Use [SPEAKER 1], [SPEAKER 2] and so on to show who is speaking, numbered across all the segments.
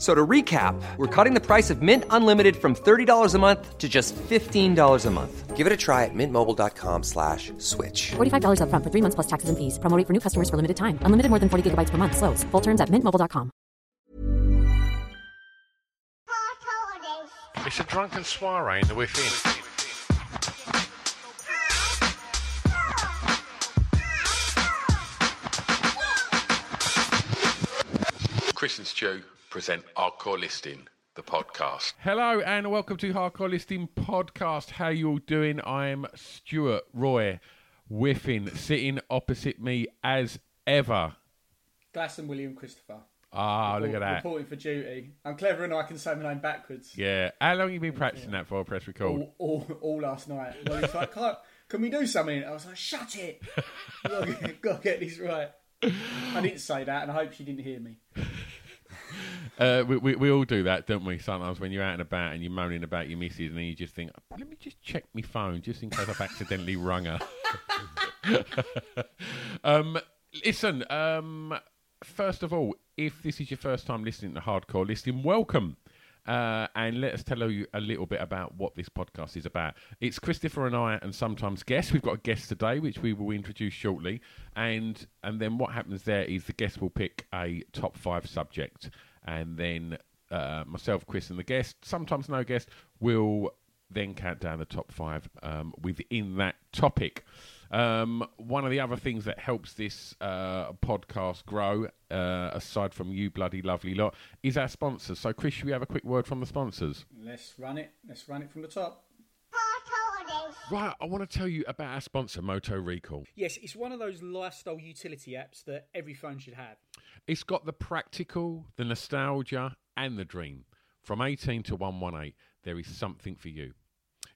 [SPEAKER 1] So to recap, we're cutting the price of Mint Unlimited from $30 a month to just $15 a month. Give it a try at mintmobile.com slash switch.
[SPEAKER 2] $45 up front for three months plus taxes and fees. Promoting for new customers for limited time. Unlimited more than 40 gigabytes per month. Slows. Full terms at mintmobile.com.
[SPEAKER 3] It's a drunken soiree in the within.
[SPEAKER 4] Chris and Stu present our core listing, the podcast.
[SPEAKER 3] Hello and welcome to Hardcore Listing Podcast. How you all doing? I'm Stuart Roy Whiffin, sitting opposite me as ever.
[SPEAKER 5] Glass and William Christopher.
[SPEAKER 3] Ah, look at that.
[SPEAKER 5] Reporting for duty. I'm clever and I can say my name backwards.
[SPEAKER 3] Yeah. How long you been practicing that for? Press record.
[SPEAKER 5] All, all, all last night. Well, he's like, "Can't- can we do something? I was like, shut it. Gotta get- Gotta get this right. I didn't say that and I hope she didn't hear me.
[SPEAKER 3] Uh, we, we we all do that, don't we? Sometimes when you're out and about and you're moaning about your missus, and then you just think, let me just check my phone just in case I've accidentally rung her. um, listen, um, first of all, if this is your first time listening to Hardcore Listening, welcome. Uh, and let us tell you a little bit about what this podcast is about. It's Christopher and I, and sometimes guests. We've got a guest today, which we will introduce shortly. And and then what happens there is the guest will pick a top five subject, and then uh, myself, Chris, and the guest, sometimes no guest, will then count down the top five um, within that topic. Um, one of the other things that helps this uh, podcast grow, uh, aside from you bloody lovely lot, is our sponsors. So, Chris, should we have a quick word from the sponsors?
[SPEAKER 5] Let's run it. Let's run it from the top.
[SPEAKER 3] Right, I want to tell you about our sponsor, Moto Recall.
[SPEAKER 5] Yes, it's one of those lifestyle utility apps that every phone should have.
[SPEAKER 3] It's got the practical, the nostalgia, and the dream. From 18 to 118, there is something for you.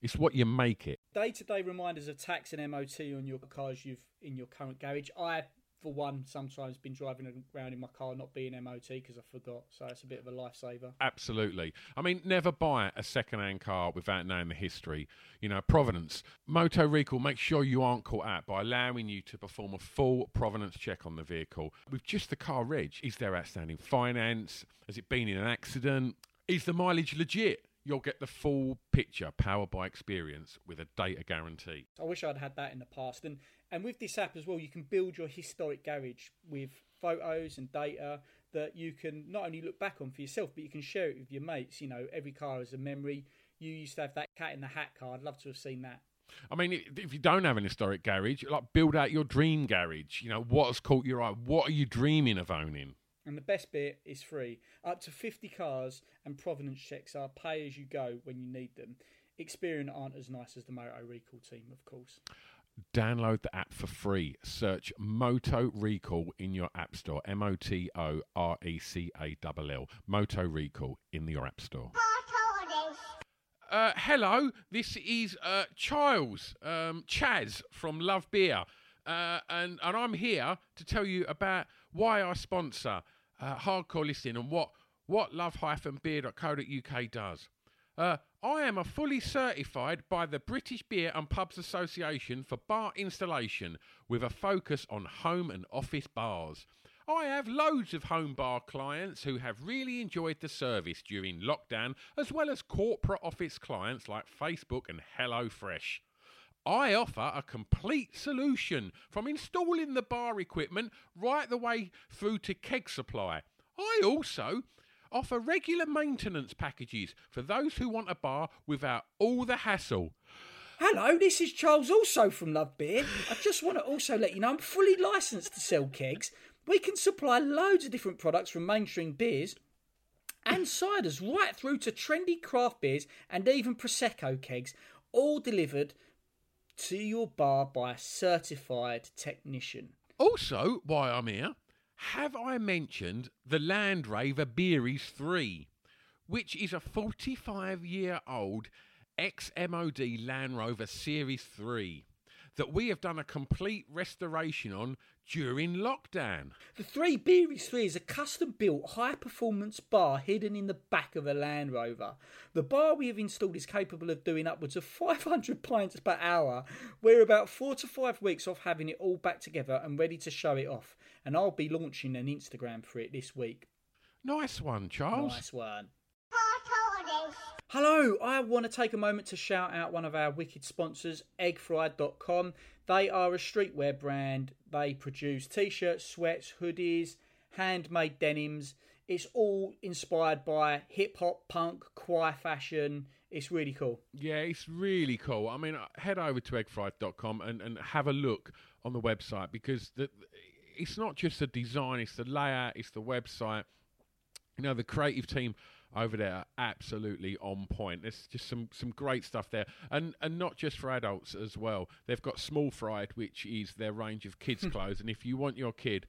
[SPEAKER 3] It's what you make it.
[SPEAKER 5] Day to day reminders of tax and MOT on your cars you've in your current garage. I, for one, sometimes been driving around in my car not being MOT because I forgot. So it's a bit of a lifesaver.
[SPEAKER 3] Absolutely. I mean, never buy a second-hand car without knowing the history. You know, provenance. Moto Recall makes sure you aren't caught out by allowing you to perform a full provenance check on the vehicle with just the car reg. Is there outstanding finance? Has it been in an accident? Is the mileage legit? You'll get the full picture, powered by experience, with a data guarantee.
[SPEAKER 5] I wish I'd had that in the past. And and with this app as well, you can build your historic garage with photos and data that you can not only look back on for yourself, but you can share it with your mates. You know, every car is a memory. You used to have that cat in the hat car. I'd love to have seen that.
[SPEAKER 3] I mean, i- if you don't have an historic garage, like build out your dream garage. You know, what has caught your eye? What are you dreaming of owning?
[SPEAKER 5] And the best bit is free. Up to 50 cars and provenance checks are pay as you go when you need them. Experian aren't as nice as the Moto Recall team, of course.
[SPEAKER 3] Download the app for free. Search Moto Recall in your app store. M O T O R E C A L L. Moto Recall in your app store. Uh, hello, this is uh, Charles um, Chaz from Love Beer, uh, and and I'm here to tell you about why I sponsor uh, Hardcore Listening and what what love-beer.co.uk does. Uh, I am a fully certified by the British Beer and Pubs Association for bar installation with a focus on home and office bars. I have loads of home bar clients who have really enjoyed the service during lockdown, as well as corporate office clients like Facebook and HelloFresh. I offer a complete solution from installing the bar equipment right the way through to keg supply. I also offer regular maintenance packages for those who want a bar without all the hassle.
[SPEAKER 5] Hello, this is Charles, also from Love Beer. I just want to also let you know I'm fully licensed to sell kegs, We can supply loads of different products from mainstream beers and ciders right through to trendy craft beers and even prosecco kegs all delivered to your bar by a certified technician.
[SPEAKER 3] Also, why I'm here, have I mentioned the Land Rover Beeries 3, which is a 45 year old XMOD Land Rover Series 3 that we have done a complete restoration on during lockdown?
[SPEAKER 5] The Three Beeries 3 is a custom built high performance bar hidden in the back of a Land Rover. The bar we have installed is capable of doing upwards of 500 pints per hour. We're about four to five weeks off having it all back together and ready to show it off, and I'll be launching an Instagram for it this week.
[SPEAKER 3] Nice one, Charles.
[SPEAKER 5] Nice one. Hello, I want to take a moment to shout out one of our wicked sponsors, eggfried.com. They are a streetwear brand. They produce t shirts, sweats, hoodies, handmade denims. It's all inspired by hip hop, punk, choir fashion. It's really cool.
[SPEAKER 3] Yeah, it's really cool. I mean, uh, head over to eggfried.com and, and have a look on the website because the, it's not just the design, it's the layout, it's the website. You know, the creative team over there are absolutely on point. There's just some, some great stuff there. And and not just for adults as well. They've got Small Fried, which is their range of kids' clothes. And if you want your kid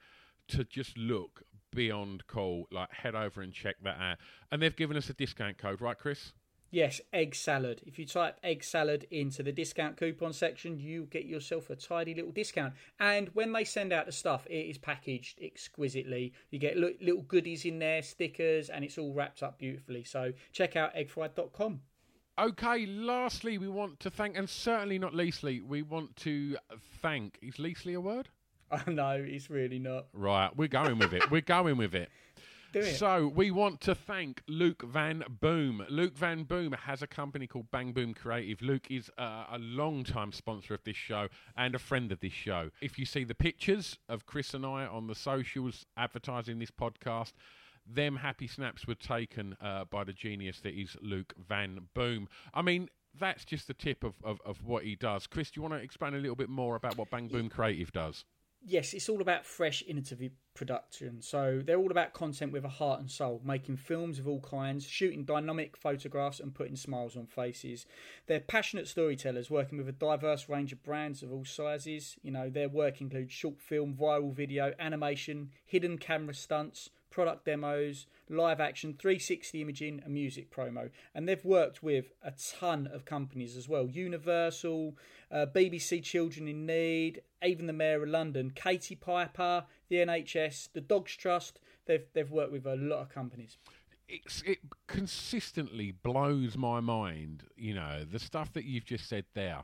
[SPEAKER 3] to just look beyond cool, like head over and check that out. And they've given us a discount code, right, Chris?
[SPEAKER 5] Yes, egg salad. If you type egg salad into the discount coupon section, you get yourself a tidy little discount. And when they send out the stuff, it is packaged exquisitely. You get li- little goodies in there, stickers, and it's all wrapped up beautifully. So check out eggfried.com.
[SPEAKER 3] Okay, lastly, we want to thank, and certainly not leastly, we want to thank. Is leastly a word?
[SPEAKER 5] I know, it's really not.
[SPEAKER 3] Right, we're going with it. We're going with it.
[SPEAKER 5] Do it.
[SPEAKER 3] So we want to thank Luke Van Boom. Luke Van Boom has a company called Bang Boom Creative. Luke is uh, a long-time sponsor of this show and a friend of this show. If you see the pictures of Chris and I on the socials advertising this podcast, them happy snaps were taken uh, by the genius that is Luke Van Boom. I mean. That's just the tip of, of, of what he does. Chris, do you want to explain a little bit more about what Bang Boom Creative does?
[SPEAKER 5] yes, it's all about fresh, innovative production. So they're all about content with a heart and soul, making films of all kinds, shooting dynamic photographs, and putting smiles on faces. They're passionate storytellers working with a diverse range of brands of all sizes. You know, their work includes short film, viral video, animation, hidden camera stunts. Product demos, live action, 360 imaging, and music promo. And they've worked with a ton of companies as well Universal, uh, BBC Children in Need, even the Mayor of London, Katie Piper, the NHS, the Dogs Trust. They've they've worked with a lot of companies.
[SPEAKER 3] it's it consistently blows my mind. You know the stuff that you've just said there.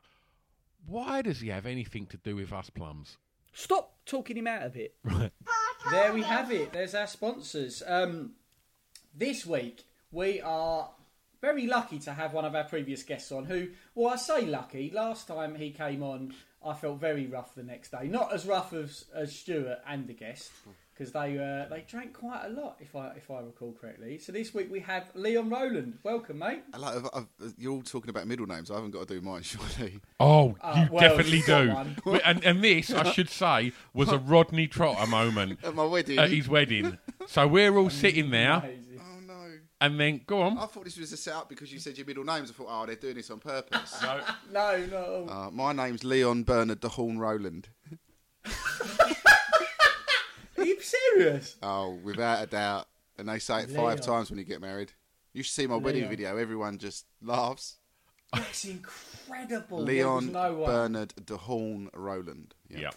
[SPEAKER 3] Why does he have anything to do with us plums?
[SPEAKER 5] Stop talking him out of it. Right. There we have it. There's our sponsors. Um, this week we are very lucky to have one of our previous guests on. Who, well, I say lucky. Last time he came on, I felt very rough the next day. Not as rough as, as Stuart and the guest because they uh, they drank quite a lot, if I if I recall correctly. So this week we have Leon Rowland. Welcome, mate.
[SPEAKER 6] I Like, I've, I've, you're all talking about middle names. I haven't got to do mine, surely.
[SPEAKER 3] Oh,
[SPEAKER 5] Uh,
[SPEAKER 3] you
[SPEAKER 5] well,
[SPEAKER 3] definitely
[SPEAKER 5] you've got
[SPEAKER 3] do.
[SPEAKER 5] one.
[SPEAKER 3] We- And and this I should say was a Rodney Trotter moment
[SPEAKER 6] At my wedding.
[SPEAKER 3] at his wedding. So we're all sitting there,
[SPEAKER 5] Amazing.
[SPEAKER 6] oh no!
[SPEAKER 3] and then go on.
[SPEAKER 6] I thought this was a setup because you said your middle names. I thought, oh, they're doing this on purpose.
[SPEAKER 3] No,
[SPEAKER 5] No, not at all.
[SPEAKER 6] uh, my name's Leon Bernard de Horn Rowland.
[SPEAKER 5] Are you serious?
[SPEAKER 6] Oh, without a doubt. And they say it
[SPEAKER 5] Leon.
[SPEAKER 6] five times when you get married. You should see my wedding
[SPEAKER 5] Leon.
[SPEAKER 6] video. Everyone just laughs.
[SPEAKER 5] That's incredible. There was
[SPEAKER 6] Leon
[SPEAKER 5] no way.
[SPEAKER 6] Bernard de Horn Rowland.
[SPEAKER 3] yeah,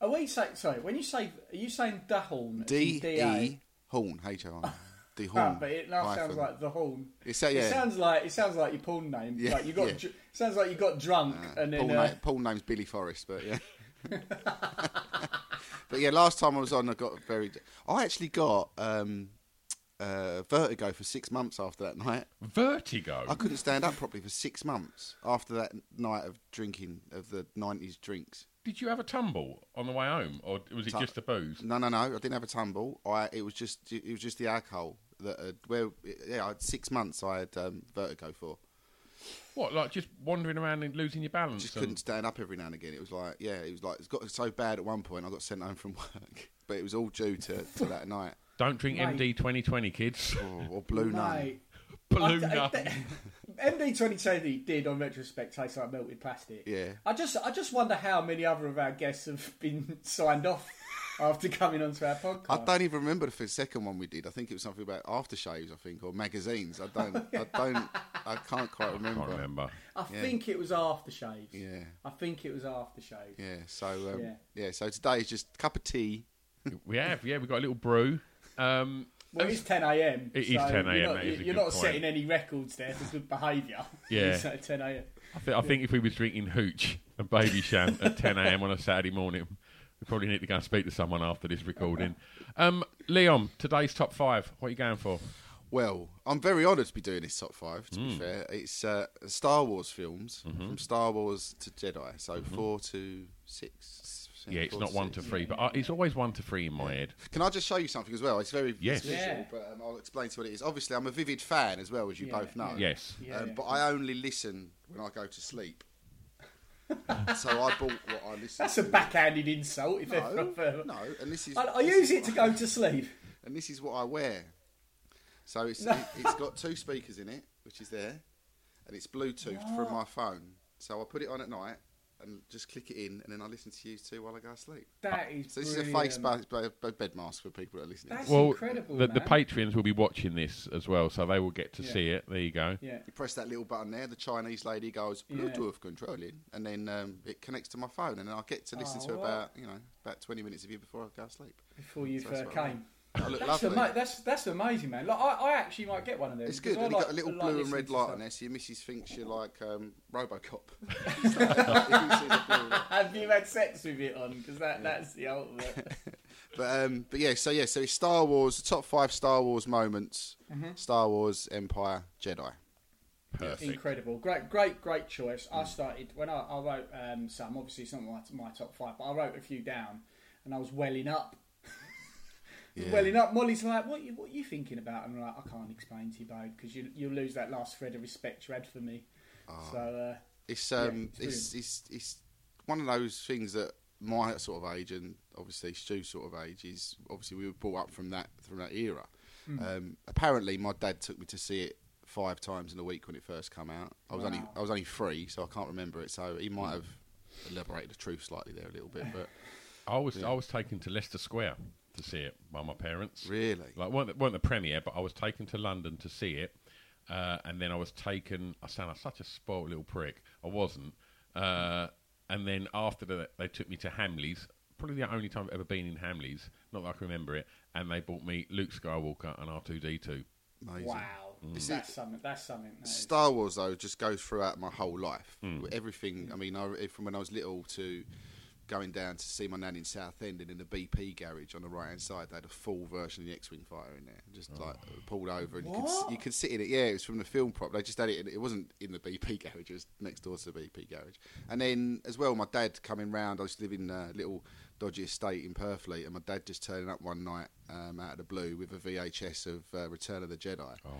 [SPEAKER 5] Are we say sorry? When you say, are you saying the horn? It's
[SPEAKER 6] D
[SPEAKER 5] D-A?
[SPEAKER 6] E Horn H O R N. De Horn.
[SPEAKER 5] Ah, but it now sounds
[SPEAKER 6] hyphen.
[SPEAKER 5] like the horn.
[SPEAKER 6] It's so- yeah.
[SPEAKER 5] It sounds like it sounds like your porn name.
[SPEAKER 6] Yeah,
[SPEAKER 5] like you got
[SPEAKER 6] yeah. Ah,
[SPEAKER 5] dr- sounds like you got drunk and then.
[SPEAKER 6] Paul,
[SPEAKER 5] uh,
[SPEAKER 6] na- Paul name's Billy Forrest, but yeah. but yeah, last time I was on, I got very. I actually got um, uh, vertigo for six months after that night.
[SPEAKER 3] vertigo.
[SPEAKER 6] I couldn't stand up properly for six months after that night of drinking of the nineties drinks.
[SPEAKER 3] Did you have a tumble on the way home, or was it just the booze?
[SPEAKER 6] No, no, no. I didn't have a tumble. I it was just it was just the alcohol that uh, well yeah. I had six months I had um, vertigo for.
[SPEAKER 7] What, like just wandering around and losing your balance?
[SPEAKER 6] Just
[SPEAKER 7] and-
[SPEAKER 6] couldn't stand up every now and again. It was like, yeah, it was like it got so bad at one point. I got sent home from work, but it was all due to, to that night
[SPEAKER 7] Don't drink
[SPEAKER 5] Mate.
[SPEAKER 7] MD 2020, kids.
[SPEAKER 6] or, or blue night.
[SPEAKER 5] Mate,
[SPEAKER 7] Balloon
[SPEAKER 5] I- I-
[SPEAKER 7] up.
[SPEAKER 5] MD twenty twenty did on retrospect taste like melted plastic.
[SPEAKER 6] Yeah.
[SPEAKER 5] I just I just wonder how many other of our guests have been signed off after coming onto our podcast.
[SPEAKER 6] I don't even remember the f- second one we did. I think it was something about aftershaves, I think, or magazines. I don't, I don't, I can't quite remember.
[SPEAKER 7] Can't remember.
[SPEAKER 5] I think it was aftershaves.
[SPEAKER 6] Yeah.
[SPEAKER 5] I think it was aftershaves.
[SPEAKER 6] Yeah. So um, yeah.
[SPEAKER 5] Yeah.
[SPEAKER 6] So today is just a cup of tea.
[SPEAKER 7] We have, yeah, we got a little brew. Um,
[SPEAKER 5] Well, it's 10 a.m.
[SPEAKER 7] It is
[SPEAKER 5] so
[SPEAKER 7] 10 a.m.,
[SPEAKER 5] You're
[SPEAKER 7] that
[SPEAKER 5] not,
[SPEAKER 7] is a
[SPEAKER 5] you're
[SPEAKER 7] good
[SPEAKER 5] not
[SPEAKER 7] point.
[SPEAKER 5] setting any records there for good behaviour.
[SPEAKER 7] Yeah.
[SPEAKER 5] so 10 a.m.
[SPEAKER 7] I, thi- I think if we was drinking hooch and baby sham at 10 a.m. on a Saturday morning, we probably need to go and speak to someone after this recording. Um, Leon, today's top five. What are you going for?
[SPEAKER 6] Well, I'm very honoured to be doing this top five. To
[SPEAKER 7] Mm.
[SPEAKER 6] be fair, it's uh, Star Wars films
[SPEAKER 7] Mm-hmm.
[SPEAKER 6] from Star Wars to Jedi. So four to six.
[SPEAKER 7] Yeah, it's
[SPEAKER 6] four
[SPEAKER 7] not
[SPEAKER 6] to
[SPEAKER 7] one
[SPEAKER 6] six.
[SPEAKER 7] to three, but I, it's always one to three in my head.
[SPEAKER 6] Can I just show you something as well? It's very
[SPEAKER 7] Yes.
[SPEAKER 6] it's visual,
[SPEAKER 5] Yeah.
[SPEAKER 6] but um, I'll explain to you what it is. Obviously, I'm a Vivid fan as well, as you both know.
[SPEAKER 7] Yes.
[SPEAKER 6] um, But I only listen when I go to sleep. so I bought what I listen
[SPEAKER 5] That's
[SPEAKER 6] to.
[SPEAKER 5] a backhanded insult, if ever.
[SPEAKER 6] no, no, and this is
[SPEAKER 5] I, I
[SPEAKER 6] this
[SPEAKER 5] use
[SPEAKER 6] is
[SPEAKER 5] it to
[SPEAKER 6] what-
[SPEAKER 5] go to sleep.
[SPEAKER 6] and this is what I wear. So it's it, it's got two speakers in it, which is there, and it's Bluetooth from my phone. So I put it on at night and just click it in, and then I listen to you two while I go to sleep.
[SPEAKER 5] That is
[SPEAKER 6] So this is a face
[SPEAKER 5] brilliant.
[SPEAKER 6] ba- ba- ba- bed mask for people that are listening.
[SPEAKER 5] That's
[SPEAKER 7] well,
[SPEAKER 5] incredible.
[SPEAKER 7] the, the
[SPEAKER 5] man.
[SPEAKER 7] Patreons will be watching this as well, so they will get to
[SPEAKER 5] Yeah.
[SPEAKER 7] see it. There you go.
[SPEAKER 5] Yeah.
[SPEAKER 6] You press that little button there. The Chinese lady goes
[SPEAKER 5] Yeah.
[SPEAKER 6] Bluetooth controlling, and then um, it connects to my phone, and then I get to listen
[SPEAKER 5] Oh,
[SPEAKER 6] to
[SPEAKER 5] wow.
[SPEAKER 6] about you know about twenty minutes of you before I go to sleep.
[SPEAKER 5] Before you've
[SPEAKER 6] So that's
[SPEAKER 5] uh,
[SPEAKER 6] what I
[SPEAKER 5] came.
[SPEAKER 6] I look
[SPEAKER 5] That's,
[SPEAKER 6] lovely.
[SPEAKER 5] ama- that's that's amazing, man. Like, I, I actually might get one of them.
[SPEAKER 6] It's good.
[SPEAKER 5] I
[SPEAKER 6] And you
[SPEAKER 5] like,
[SPEAKER 6] got a little
[SPEAKER 5] I like
[SPEAKER 6] blue and
[SPEAKER 5] listening
[SPEAKER 6] red
[SPEAKER 5] to
[SPEAKER 6] light
[SPEAKER 5] stuff.
[SPEAKER 6] on there, so your missus thinks you're like um, Robocop. It's like that. If you see the blue light.
[SPEAKER 5] Have you had sex with it on? Because that, that's the ultimate.
[SPEAKER 6] but um, but yeah, so yeah, so it's Star Wars. The top five Star Wars moments:
[SPEAKER 5] Mm-hmm.
[SPEAKER 6] Star Wars, Empire, Jedi.
[SPEAKER 7] Perfect.
[SPEAKER 5] Incredible, great, great, great choice.
[SPEAKER 6] Mm.
[SPEAKER 5] I started when I, I wrote um, some. Obviously, it's not my, my top five, but I wrote a few down, and I was welling up. Welling up. Molly's like, "What? You, what you thinking about?" And I'm like, "I can't explain to you, babe, because you you'll lose that last thread of respect you had for me." So uh,
[SPEAKER 6] Ah. It's um,
[SPEAKER 5] Yeah, it's
[SPEAKER 6] it's, it's it's one of those things that my sort of age and obviously Stu's sort of age is obviously we were brought up from that from that era. Um, apparently, my dad took me to see it five times in a week when it first came out. I was only I was only three, so I can't remember it. So he might have elaborated the truth slightly there a little bit, but
[SPEAKER 7] I was I was taken to Leicester Square to see it by my parents.
[SPEAKER 6] Really?
[SPEAKER 7] Like weren't the, weren't the premiere, but I was taken to London to see it, uh, and then I was taken. I sound like such a spoiled little prick. I wasn't. Uh, and then after that, they took me to Hamleys. Probably the only time I've ever been in Hamleys, not that I can remember it. And they bought me Luke Skywalker and R two D two.
[SPEAKER 6] amazing. Mm.
[SPEAKER 5] wow,
[SPEAKER 6] Is
[SPEAKER 5] that's
[SPEAKER 6] it-
[SPEAKER 5] something. That's something. that is-
[SPEAKER 6] Star Wars though just goes throughout my whole life. Everything. I mean, I, from when I was little to going down to see my nan in Southend and in the BP garage on the right hand side, they had a full version of the X-wing fighter in there, just like pulled over and you could, s- you could sit in it. Yeah, it was from the film prop. They just had it. in- It wasn't in the BP garage. It was next door to the BP garage. And then as well, my dad coming round. I used to live in a little dodgy estate in Purfleet, and my dad just turning up one night um, out of the blue with a VHS of uh, Return of the Jedi.
[SPEAKER 7] Oh,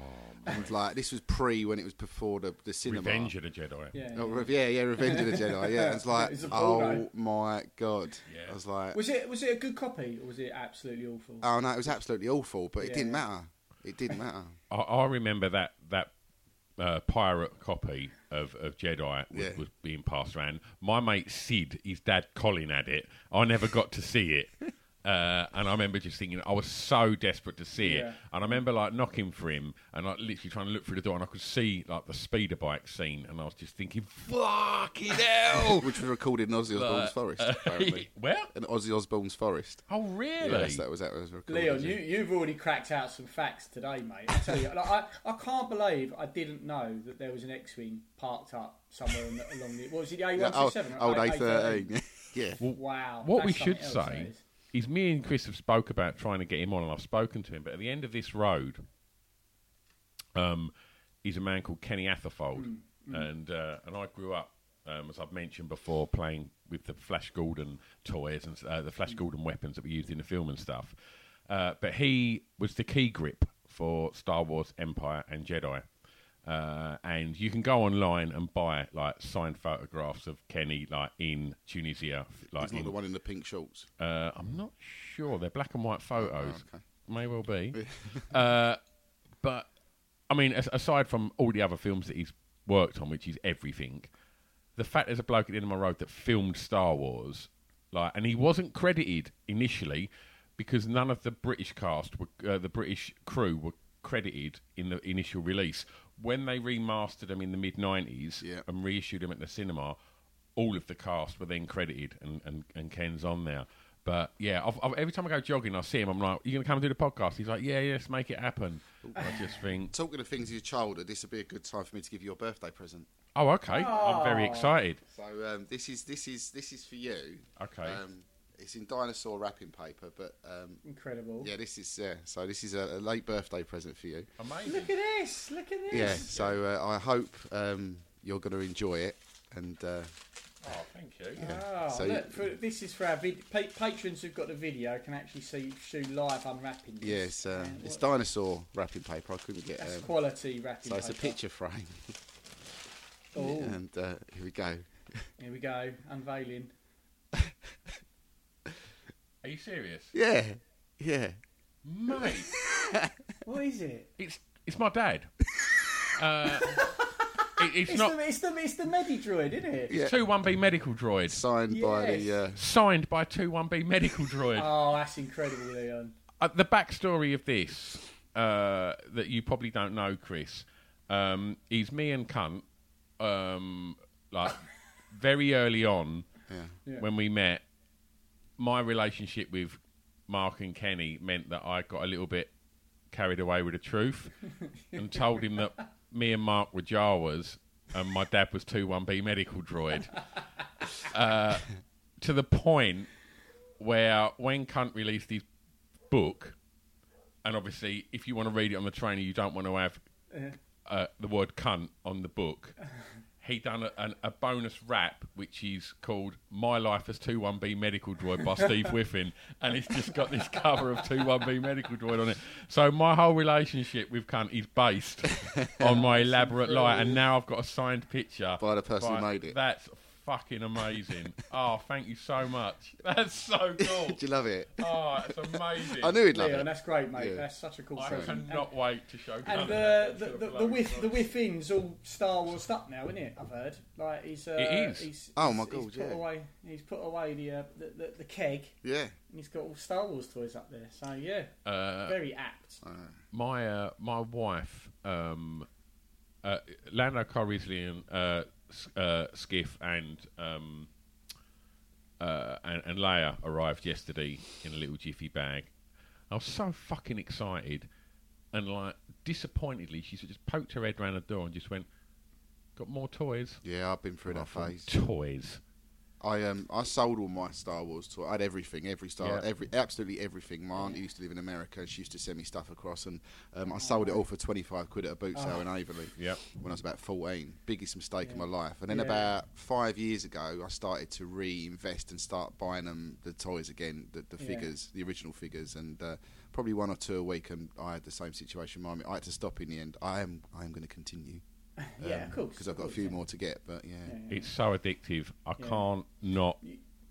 [SPEAKER 6] And like this was pre when it was before the the cinema.
[SPEAKER 7] Revenge of the Jedi.
[SPEAKER 5] yeah.
[SPEAKER 6] Oh, Re- yeah, yeah, Revenge of the Jedi. Yeah, and it's like,
[SPEAKER 5] It's a
[SPEAKER 6] oh
[SPEAKER 5] porno.
[SPEAKER 6] my god. I was like,
[SPEAKER 5] Was it was it a good copy or was it absolutely awful?
[SPEAKER 6] oh no, it was absolutely awful, but it didn't
[SPEAKER 5] Yeah.
[SPEAKER 6] matter. It didn't matter.
[SPEAKER 7] I, I remember that that uh, pirate copy of, of Jedi was,
[SPEAKER 6] Yeah.
[SPEAKER 7] was being passed around. My mate Sid, his dad Colin had it. I never got to see it. Uh, and I remember just thinking, I was so desperate to see it,
[SPEAKER 5] Yeah.
[SPEAKER 7] and I remember like knocking for him, and like literally trying to look through the door, and I could see like the speeder bike scene, and I was just thinking, "Fucking hell!"
[SPEAKER 6] Oh. Which was recorded in Ozzy Osbourne's forest,
[SPEAKER 7] uh,
[SPEAKER 6] apparently.
[SPEAKER 7] Well,
[SPEAKER 6] In Ozzy Osbourne's forest.
[SPEAKER 7] oh really?
[SPEAKER 6] Yes, that was that was recorded.
[SPEAKER 5] Leon,
[SPEAKER 6] yeah.
[SPEAKER 5] you, you've already cracked out some facts today, mate. I tell you, like, I, I can't believe I didn't know that there was an X-wing parked up somewhere on the, along the. What was it, the
[SPEAKER 6] Yeah, old,
[SPEAKER 5] A127?
[SPEAKER 6] old
[SPEAKER 5] A-
[SPEAKER 6] A13. yeah.
[SPEAKER 5] Wow.
[SPEAKER 7] What
[SPEAKER 5] that's
[SPEAKER 7] we should
[SPEAKER 5] something else, that
[SPEAKER 7] say
[SPEAKER 5] is.
[SPEAKER 7] is me and Chris have spoke about trying to get him on, and I've spoken to him. But at the end of this road, um, is a man called Kenny Atherfold, and uh, and I grew up um, as I've mentioned before playing with the Flash Gordon toys and uh, the Flash Gordon weapons that we used in the film and stuff. Uh, but he was the key grip for Star Wars Empire and Jedi.
[SPEAKER 3] Uh, and you can go online and buy like signed photographs of Kenny like in Tunisia. Like
[SPEAKER 6] He's not
[SPEAKER 3] in-
[SPEAKER 6] the one in the pink shorts.
[SPEAKER 3] uh, I'm not sure. They're black and white photos.
[SPEAKER 6] okay.
[SPEAKER 3] May well be. uh, but I mean, as, aside from all the other films that he's worked on, which is everything, the fact there's a bloke at the end of my road that filmed Star Wars, like, and he wasn't credited initially because none of the British cast, were, uh, the British crew, were credited in the initial release. When they remastered them in the mid '90s
[SPEAKER 6] Yeah.
[SPEAKER 3] and reissued them at the cinema, all of the cast were then credited, and, and, and Ken's on there. But Uh, yeah, I've, I've, every time I go jogging, I see him. I'm like, "You gonna come and do the podcast?" He's like, "Yeah, yeah, let's make it happen." I just think,
[SPEAKER 6] Talking of things as a childhood, this would be a good time for me to give you your birthday present.
[SPEAKER 3] "Oh, okay, I'm very excited."
[SPEAKER 6] So um, this is this is this is for you.
[SPEAKER 3] Okay.
[SPEAKER 6] Um, it's in dinosaur wrapping paper, but um,
[SPEAKER 5] Incredible.
[SPEAKER 6] yeah, this is yeah. So this is a, a late birthday present for you.
[SPEAKER 3] Amazing.
[SPEAKER 5] Look at this. Look at this.
[SPEAKER 6] Yeah. So uh, I hope um, you're going to enjoy it. And uh,
[SPEAKER 3] Oh, thank you.
[SPEAKER 5] Oh,
[SPEAKER 6] So
[SPEAKER 5] look, for, this is for our vid- pa- patrons who've got the video can actually see Shu live unwrapping this.
[SPEAKER 6] yes, uh,
[SPEAKER 5] And
[SPEAKER 6] it's
[SPEAKER 5] what-
[SPEAKER 6] dinosaur wrapping paper. I couldn't get.
[SPEAKER 5] That's
[SPEAKER 6] Um,
[SPEAKER 5] quality wrapping
[SPEAKER 6] so it's a
[SPEAKER 5] paper.
[SPEAKER 6] picture frame,
[SPEAKER 5] Oh,
[SPEAKER 6] and uh, here we go.
[SPEAKER 5] here we go. Unveiling.
[SPEAKER 3] Are you serious,
[SPEAKER 6] Yeah. Yeah.
[SPEAKER 3] mate?
[SPEAKER 5] What is it?
[SPEAKER 3] It's it's my dad. uh, it, it's,
[SPEAKER 5] It's,
[SPEAKER 3] not.
[SPEAKER 5] the, it's, the, it's the Medidroid, isn't it?
[SPEAKER 6] Yeah.
[SPEAKER 3] Two one B medical droid
[SPEAKER 6] Signed by the. Uh,
[SPEAKER 5] Yes.
[SPEAKER 3] signed by two one B medical droid.
[SPEAKER 5] Oh, that's incredible, Leon.
[SPEAKER 3] uh, the backstory of this uh, that you probably don't know, Chris, um, is me and cunt um, like very early on when we met. My relationship with Mark and Kenny meant that I got a little bit carried away with the truth and told him that me and Mark were Jawas and my dad was two one B medical droid. Uh, to the point where when Cunt released his book, and obviously, if you want to read it on the trainer, you don't want to have uh, the word cunt on the book. He done a, an, a bonus rap which is called "My Life as 21B Medical Droid" by Steve Whiffin, and it's just got this cover of 21B Medical Droid on it. So my whole relationship with cunt is based on my elaborate lie, and now I've got a signed picture
[SPEAKER 6] By the person who made it.
[SPEAKER 3] That's fucking amazing. oh, thank you so much. That's so cool.
[SPEAKER 6] do you love it?
[SPEAKER 3] Oh, it's amazing.
[SPEAKER 6] I knew he'd love
[SPEAKER 5] Leon,
[SPEAKER 6] it.
[SPEAKER 5] Uh, that's great, mate.
[SPEAKER 6] Yeah.
[SPEAKER 5] That's such a cool
[SPEAKER 3] I
[SPEAKER 5] present.
[SPEAKER 3] cannot wait to show
[SPEAKER 5] And
[SPEAKER 3] Cunt
[SPEAKER 5] the
[SPEAKER 3] that
[SPEAKER 5] the,
[SPEAKER 3] to a
[SPEAKER 5] the, the
[SPEAKER 3] bloke.
[SPEAKER 5] whiff the whiffin's all Star Wars stuff now, isn't it? I've heard. Like he's uh,
[SPEAKER 3] It is.
[SPEAKER 5] He's,
[SPEAKER 6] Oh, my
[SPEAKER 5] he's-
[SPEAKER 6] God,
[SPEAKER 5] He's
[SPEAKER 6] yeah.
[SPEAKER 5] put away he's put away the, uh, the, the the keg
[SPEAKER 6] Yeah.
[SPEAKER 5] and he's got all Star Wars toys up there. So yeah,
[SPEAKER 6] Uh,
[SPEAKER 5] very apt.
[SPEAKER 3] my uh, my wife, um, uh, Lando Calrissian, uh, S- uh, Skiff, and um, uh, and, and Leia arrived yesterday in a little jiffy bag. I was so fucking excited, and like disappointedly, she sort of just poked her head round the door and just went, "Got more toys."
[SPEAKER 6] Yeah, I've been through that phase.
[SPEAKER 3] Toys.
[SPEAKER 6] I um I sold all my Star Wars toys. I had everything, every Star,
[SPEAKER 3] Yeah.
[SPEAKER 6] every absolutely everything. My auntie used to live in America, and she used to send me stuff across, and um, I sold it all for twenty five quid at a boot
[SPEAKER 5] Oh.
[SPEAKER 6] sale in Avonlea.
[SPEAKER 3] Yep.
[SPEAKER 6] when I was about fourteen, biggest mistake of my life. And then about five years ago, I started to reinvest and start buying them the toys again, the, the figures, the original figures, and uh, probably one or two a week. And I had the same situation. Mine, I had to stop in the end. I am I am going to continue
[SPEAKER 5] yeah, of course.
[SPEAKER 6] because um, I've got a few more to get, but yeah.
[SPEAKER 3] It's so addictive. I can't not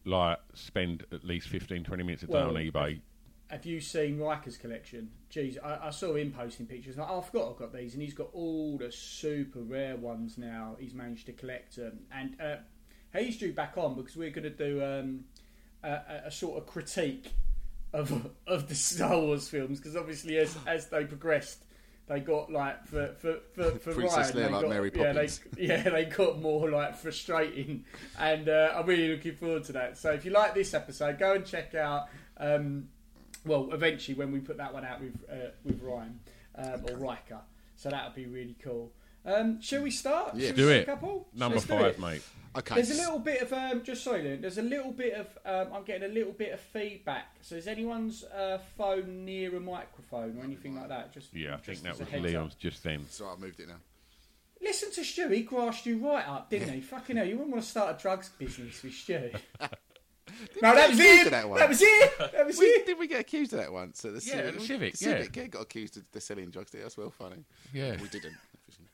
[SPEAKER 3] like spend at least 15, 20 minutes a day
[SPEAKER 5] Well,
[SPEAKER 3] on eBay.
[SPEAKER 5] Have you seen Riker's collection? Jeez, I, I saw him posting pictures. Like, oh, I forgot I've got these, and he's got all the super rare ones now. He's managed to collect them, and uh, he's due back on because we're going to do um, a, a- a sort of critique of of the Star Wars films because obviously as as they progressed. They got like for for for, for
[SPEAKER 6] Princess
[SPEAKER 5] Ryan,
[SPEAKER 6] Leia,
[SPEAKER 5] they
[SPEAKER 6] like
[SPEAKER 5] got,
[SPEAKER 6] Mary
[SPEAKER 5] yeah, they,
[SPEAKER 6] Poppins.
[SPEAKER 5] yeah, they got more like frustrating, and uh, I'm really looking forward to that. So if you like this episode, go and check out. Um, well, eventually when we put that one out with uh, with Ryan um, or Riker, so that would be really cool. Um, shall we start? Yeah,
[SPEAKER 3] Do it.
[SPEAKER 5] Couple?
[SPEAKER 3] Number
[SPEAKER 5] Let's do
[SPEAKER 3] five,
[SPEAKER 5] it.
[SPEAKER 3] mate.
[SPEAKER 6] Okay,
[SPEAKER 5] There's a little bit of um, just sorry, Luke, there's a little bit of um, I'm getting a little bit of feedback. So is anyone's uh, phone near a microphone or anything like that? Just
[SPEAKER 3] Yeah, I
[SPEAKER 5] just
[SPEAKER 3] think
[SPEAKER 5] as
[SPEAKER 3] that
[SPEAKER 5] a
[SPEAKER 3] was
[SPEAKER 5] heads up.
[SPEAKER 3] Leon's just then.
[SPEAKER 6] so I moved it now.
[SPEAKER 5] Listen to Stu, he grasped you right up, didn't he? Fucking hell, you wouldn't want to start a drugs business with Stu. no, that was
[SPEAKER 6] accused
[SPEAKER 5] it.
[SPEAKER 6] of that
[SPEAKER 5] That,
[SPEAKER 6] one?
[SPEAKER 5] was it. That was
[SPEAKER 6] We,
[SPEAKER 5] it.
[SPEAKER 6] did we get accused of that once? At the
[SPEAKER 3] Yeah,
[SPEAKER 6] Civic?
[SPEAKER 3] the Civic,
[SPEAKER 6] Civic, yeah. got accused of they're selling drugs. That's well funny.
[SPEAKER 3] Yeah.
[SPEAKER 6] We didn't.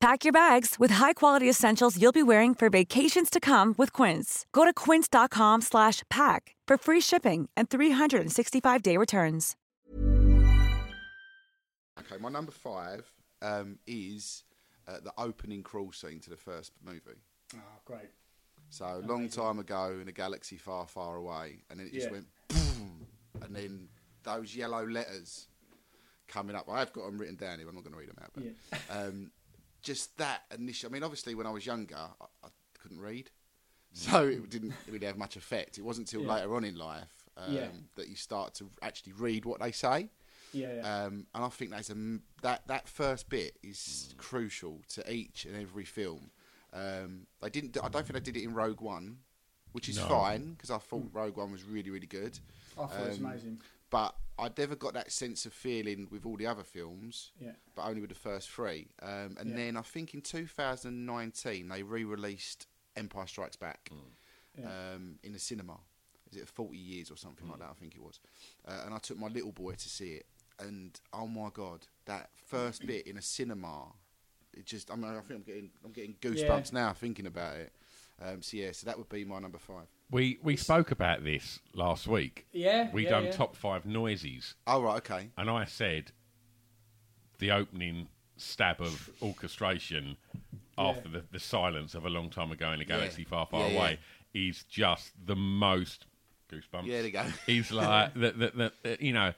[SPEAKER 2] Pack your bags with high-quality essentials you'll be wearing for vacations to come with Quince. Go to quince.com slash pack for free shipping and 365-day returns.
[SPEAKER 6] Okay, my number five um, is uh, the opening crawl scene to the first movie.
[SPEAKER 5] Oh, great.
[SPEAKER 6] So a long time ago in a galaxy far, far away, and then it just
[SPEAKER 5] Yeah.
[SPEAKER 6] went boom, and then those yellow letters coming up. I've got them written down here. I'm not going to read them out, but um, just that initial. I mean, obviously, when I was younger, I, I couldn't read, so it didn't really have much effect. It wasn't till later on in life um,
[SPEAKER 5] Yeah.
[SPEAKER 6] that you start to actually read what they say.
[SPEAKER 5] Yeah, yeah.
[SPEAKER 6] Um, and I think that's a m that that first bit is crucial to each and every film. Um, they didn't. do- I don't think they did it in Rogue One, which is fine 'cause fine because I thought Rogue One was really really good.
[SPEAKER 5] I thought it was
[SPEAKER 6] Um,
[SPEAKER 5] amazing.
[SPEAKER 6] But I never got that sense of feeling with all the other films.
[SPEAKER 5] Yeah.
[SPEAKER 6] But only with the first three. Um, and
[SPEAKER 5] Yeah.
[SPEAKER 6] then I think in 2019 they re-released Empire Strikes Back um, in the cinema. Is it 40 years or something like that? I think it was. Uh, and I took my little boy to see it, and oh my god, that first bit in a cinema, it just I mean I think I'm getting I'm getting goosebumps now thinking about it. Um, so yeah, so that would be my number five.
[SPEAKER 7] We we spoke about this last week.
[SPEAKER 5] Yeah,
[SPEAKER 7] We
[SPEAKER 5] yeah,
[SPEAKER 7] done
[SPEAKER 5] yeah.
[SPEAKER 7] top five noises,
[SPEAKER 6] Oh right, okay.
[SPEAKER 7] and I said the opening stab of orchestration after the, the silence of a long time ago in a galaxy far, far
[SPEAKER 6] Yeah, yeah.
[SPEAKER 7] away is just the most goosebumps.
[SPEAKER 6] Yeah, there you go.
[SPEAKER 7] He's like the, the, the, the- you know.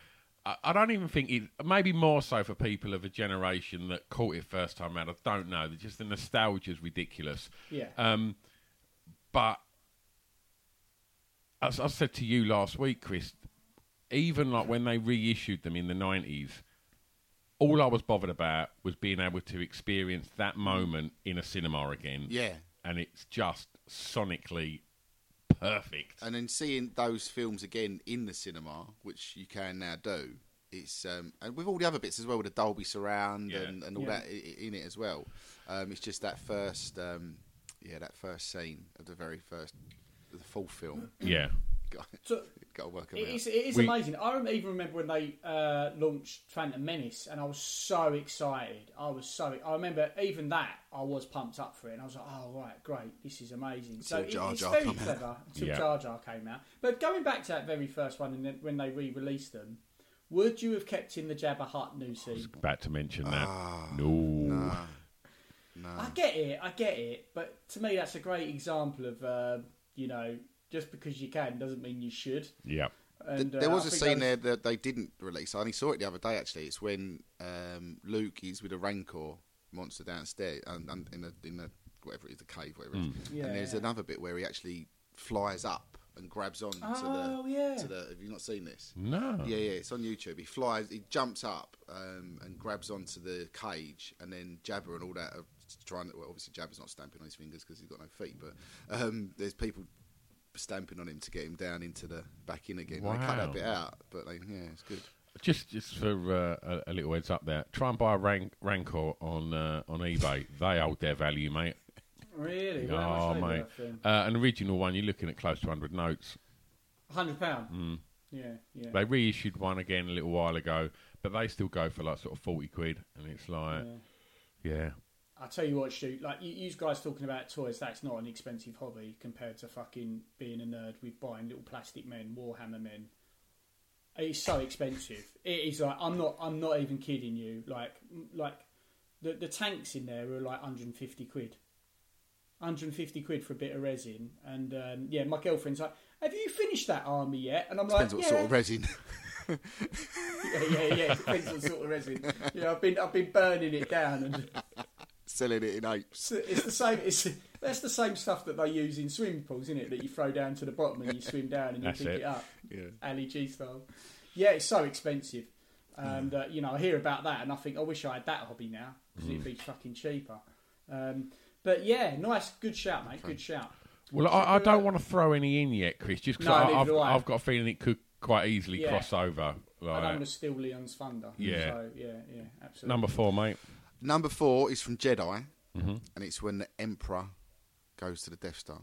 [SPEAKER 7] I I don't even think it. Maybe more so for people of a generation that caught it first time around. I don't know. Just the nostalgia is ridiculous.
[SPEAKER 5] Yeah.
[SPEAKER 7] Um, but as I said to you last week, Chris, even like when they reissued them in the nineties, all I was bothered about was being able to experience that moment in a cinema again.
[SPEAKER 6] Yeah.
[SPEAKER 7] and it's just sonically perfect.
[SPEAKER 6] And then seeing those films again in the cinema, which you can now do, it's um, and with all the other bits as well, with the Dolby surround
[SPEAKER 7] Yeah.
[SPEAKER 6] and, and all that that i- in it as well. Um, it's just that first, um, yeah, that first scene of the very first, the full film.
[SPEAKER 7] Yeah,
[SPEAKER 6] Got
[SPEAKER 5] So-
[SPEAKER 6] to work 'em
[SPEAKER 5] It
[SPEAKER 6] out.
[SPEAKER 5] is, it is
[SPEAKER 7] We-
[SPEAKER 5] amazing. I rem- even remember when they uh, launched Phantom Menace, and I was so excited. I was so. I remember even that I was pumped up for it, and I was like, "Oh right, great, this is amazing." So
[SPEAKER 6] Till
[SPEAKER 5] it-
[SPEAKER 6] Jar
[SPEAKER 5] it's
[SPEAKER 6] Jar
[SPEAKER 5] very
[SPEAKER 6] come out.
[SPEAKER 5] clever. Until
[SPEAKER 7] Yeah.
[SPEAKER 5] Jar Jar came out, but going back to that very first one, and then when they re-released them, would you have kept in the Jabba Hutt new scene?
[SPEAKER 7] about to mention that.
[SPEAKER 6] Ah,
[SPEAKER 7] no.
[SPEAKER 5] I get it, I get it, but to me, that's a great example of uh, you know, just because you can doesn't mean you should.
[SPEAKER 7] Yeah.
[SPEAKER 5] And,
[SPEAKER 6] there
[SPEAKER 5] uh,
[SPEAKER 6] was
[SPEAKER 5] I
[SPEAKER 6] a
[SPEAKER 5] think
[SPEAKER 6] scene
[SPEAKER 5] that
[SPEAKER 6] there that they didn't release. I only saw it the other day. Actually, it's when um, Luke is with a Rancor monster downstairs and, and in the in the whatever it is, the cave, whatever. It is.
[SPEAKER 5] Yeah,
[SPEAKER 6] and there's
[SPEAKER 5] yeah.
[SPEAKER 6] another bit where he actually flies up and grabs on to
[SPEAKER 5] Oh,
[SPEAKER 6] the
[SPEAKER 5] yeah.
[SPEAKER 6] to the. uh, Have you not seen this?
[SPEAKER 7] No.
[SPEAKER 6] Yeah, yeah, it's on YouTube. He flies, he jumps up um, and grabs onto the cage, and then Jabber and all that are trying. To, well, obviously Jabber's not stamping on his fingers because he's got no feet, but um, there's people stamping on him to get him down into the back in again. They cut
[SPEAKER 7] Wow.
[SPEAKER 6] that bit out, but they, yeah, it's good.
[SPEAKER 7] Just, just for uh, a, a little heads up there, try and buy a rank, Rancor on uh, on eBay. they hold their value, mate.
[SPEAKER 5] Really? Well, how
[SPEAKER 7] Oh,
[SPEAKER 5] much are they
[SPEAKER 7] mate.
[SPEAKER 5] worth then?
[SPEAKER 7] Uh, an original one, you're looking at close to 100 notes.
[SPEAKER 5] hundred pound.
[SPEAKER 7] Mm.
[SPEAKER 5] Yeah, yeah.
[SPEAKER 7] They reissued one again a little while ago, but they still go for like sort of 40 quid, and it's like, yeah.
[SPEAKER 5] I tell you what, shoot, like you, you guys talking about toys, that's not an expensive hobby compared to fucking being a nerd with buying little plastic men, Warhammer men. It's so expensive. it is like I'm not, I'm not even kidding you. Like, like the the tanks in there are like 150 quid. 150 quid for a bit of resin, and um, yeah, my girlfriend's like, "Have you finished that army yet?" And I'm
[SPEAKER 6] Depends
[SPEAKER 5] like,
[SPEAKER 6] what
[SPEAKER 5] yeah.
[SPEAKER 6] sort of resin.
[SPEAKER 5] yeah, yeah, yeah. Depends on the sort of resin. Yeah, I've been, I've been burning it down and
[SPEAKER 6] Selling it in apes.
[SPEAKER 5] So it's the same. It's that's the same stuff that they use in swimming pools, isn't it? That you throw down to the bottom and you swim down and you
[SPEAKER 7] That's
[SPEAKER 5] pick
[SPEAKER 7] it.
[SPEAKER 5] it, up.
[SPEAKER 6] Yeah.
[SPEAKER 5] Ali G style. Yeah, it's so expensive, and
[SPEAKER 7] Mm.
[SPEAKER 5] uh, you know I hear about that and I think I wish I had that hobby now because
[SPEAKER 7] Mm.
[SPEAKER 5] it'd be fucking cheaper. Um, but yeah, nice, good shout, mate. Good shout.
[SPEAKER 7] Well, I, I don't want to throw any in yet, Chris, just
[SPEAKER 5] No,
[SPEAKER 7] because
[SPEAKER 5] neither
[SPEAKER 7] I've,
[SPEAKER 5] do I.
[SPEAKER 7] I've got a feeling it could quite easily
[SPEAKER 5] Yeah.
[SPEAKER 7] cross over.
[SPEAKER 5] I don't want
[SPEAKER 7] Like,
[SPEAKER 5] to steal Leon's thunder.
[SPEAKER 7] Yeah.
[SPEAKER 5] So, yeah, yeah, absolutely.
[SPEAKER 7] number four, mate.
[SPEAKER 6] Number four is from Jedi,
[SPEAKER 7] Mhm.
[SPEAKER 6] and it's when the Emperor goes to the Death Star.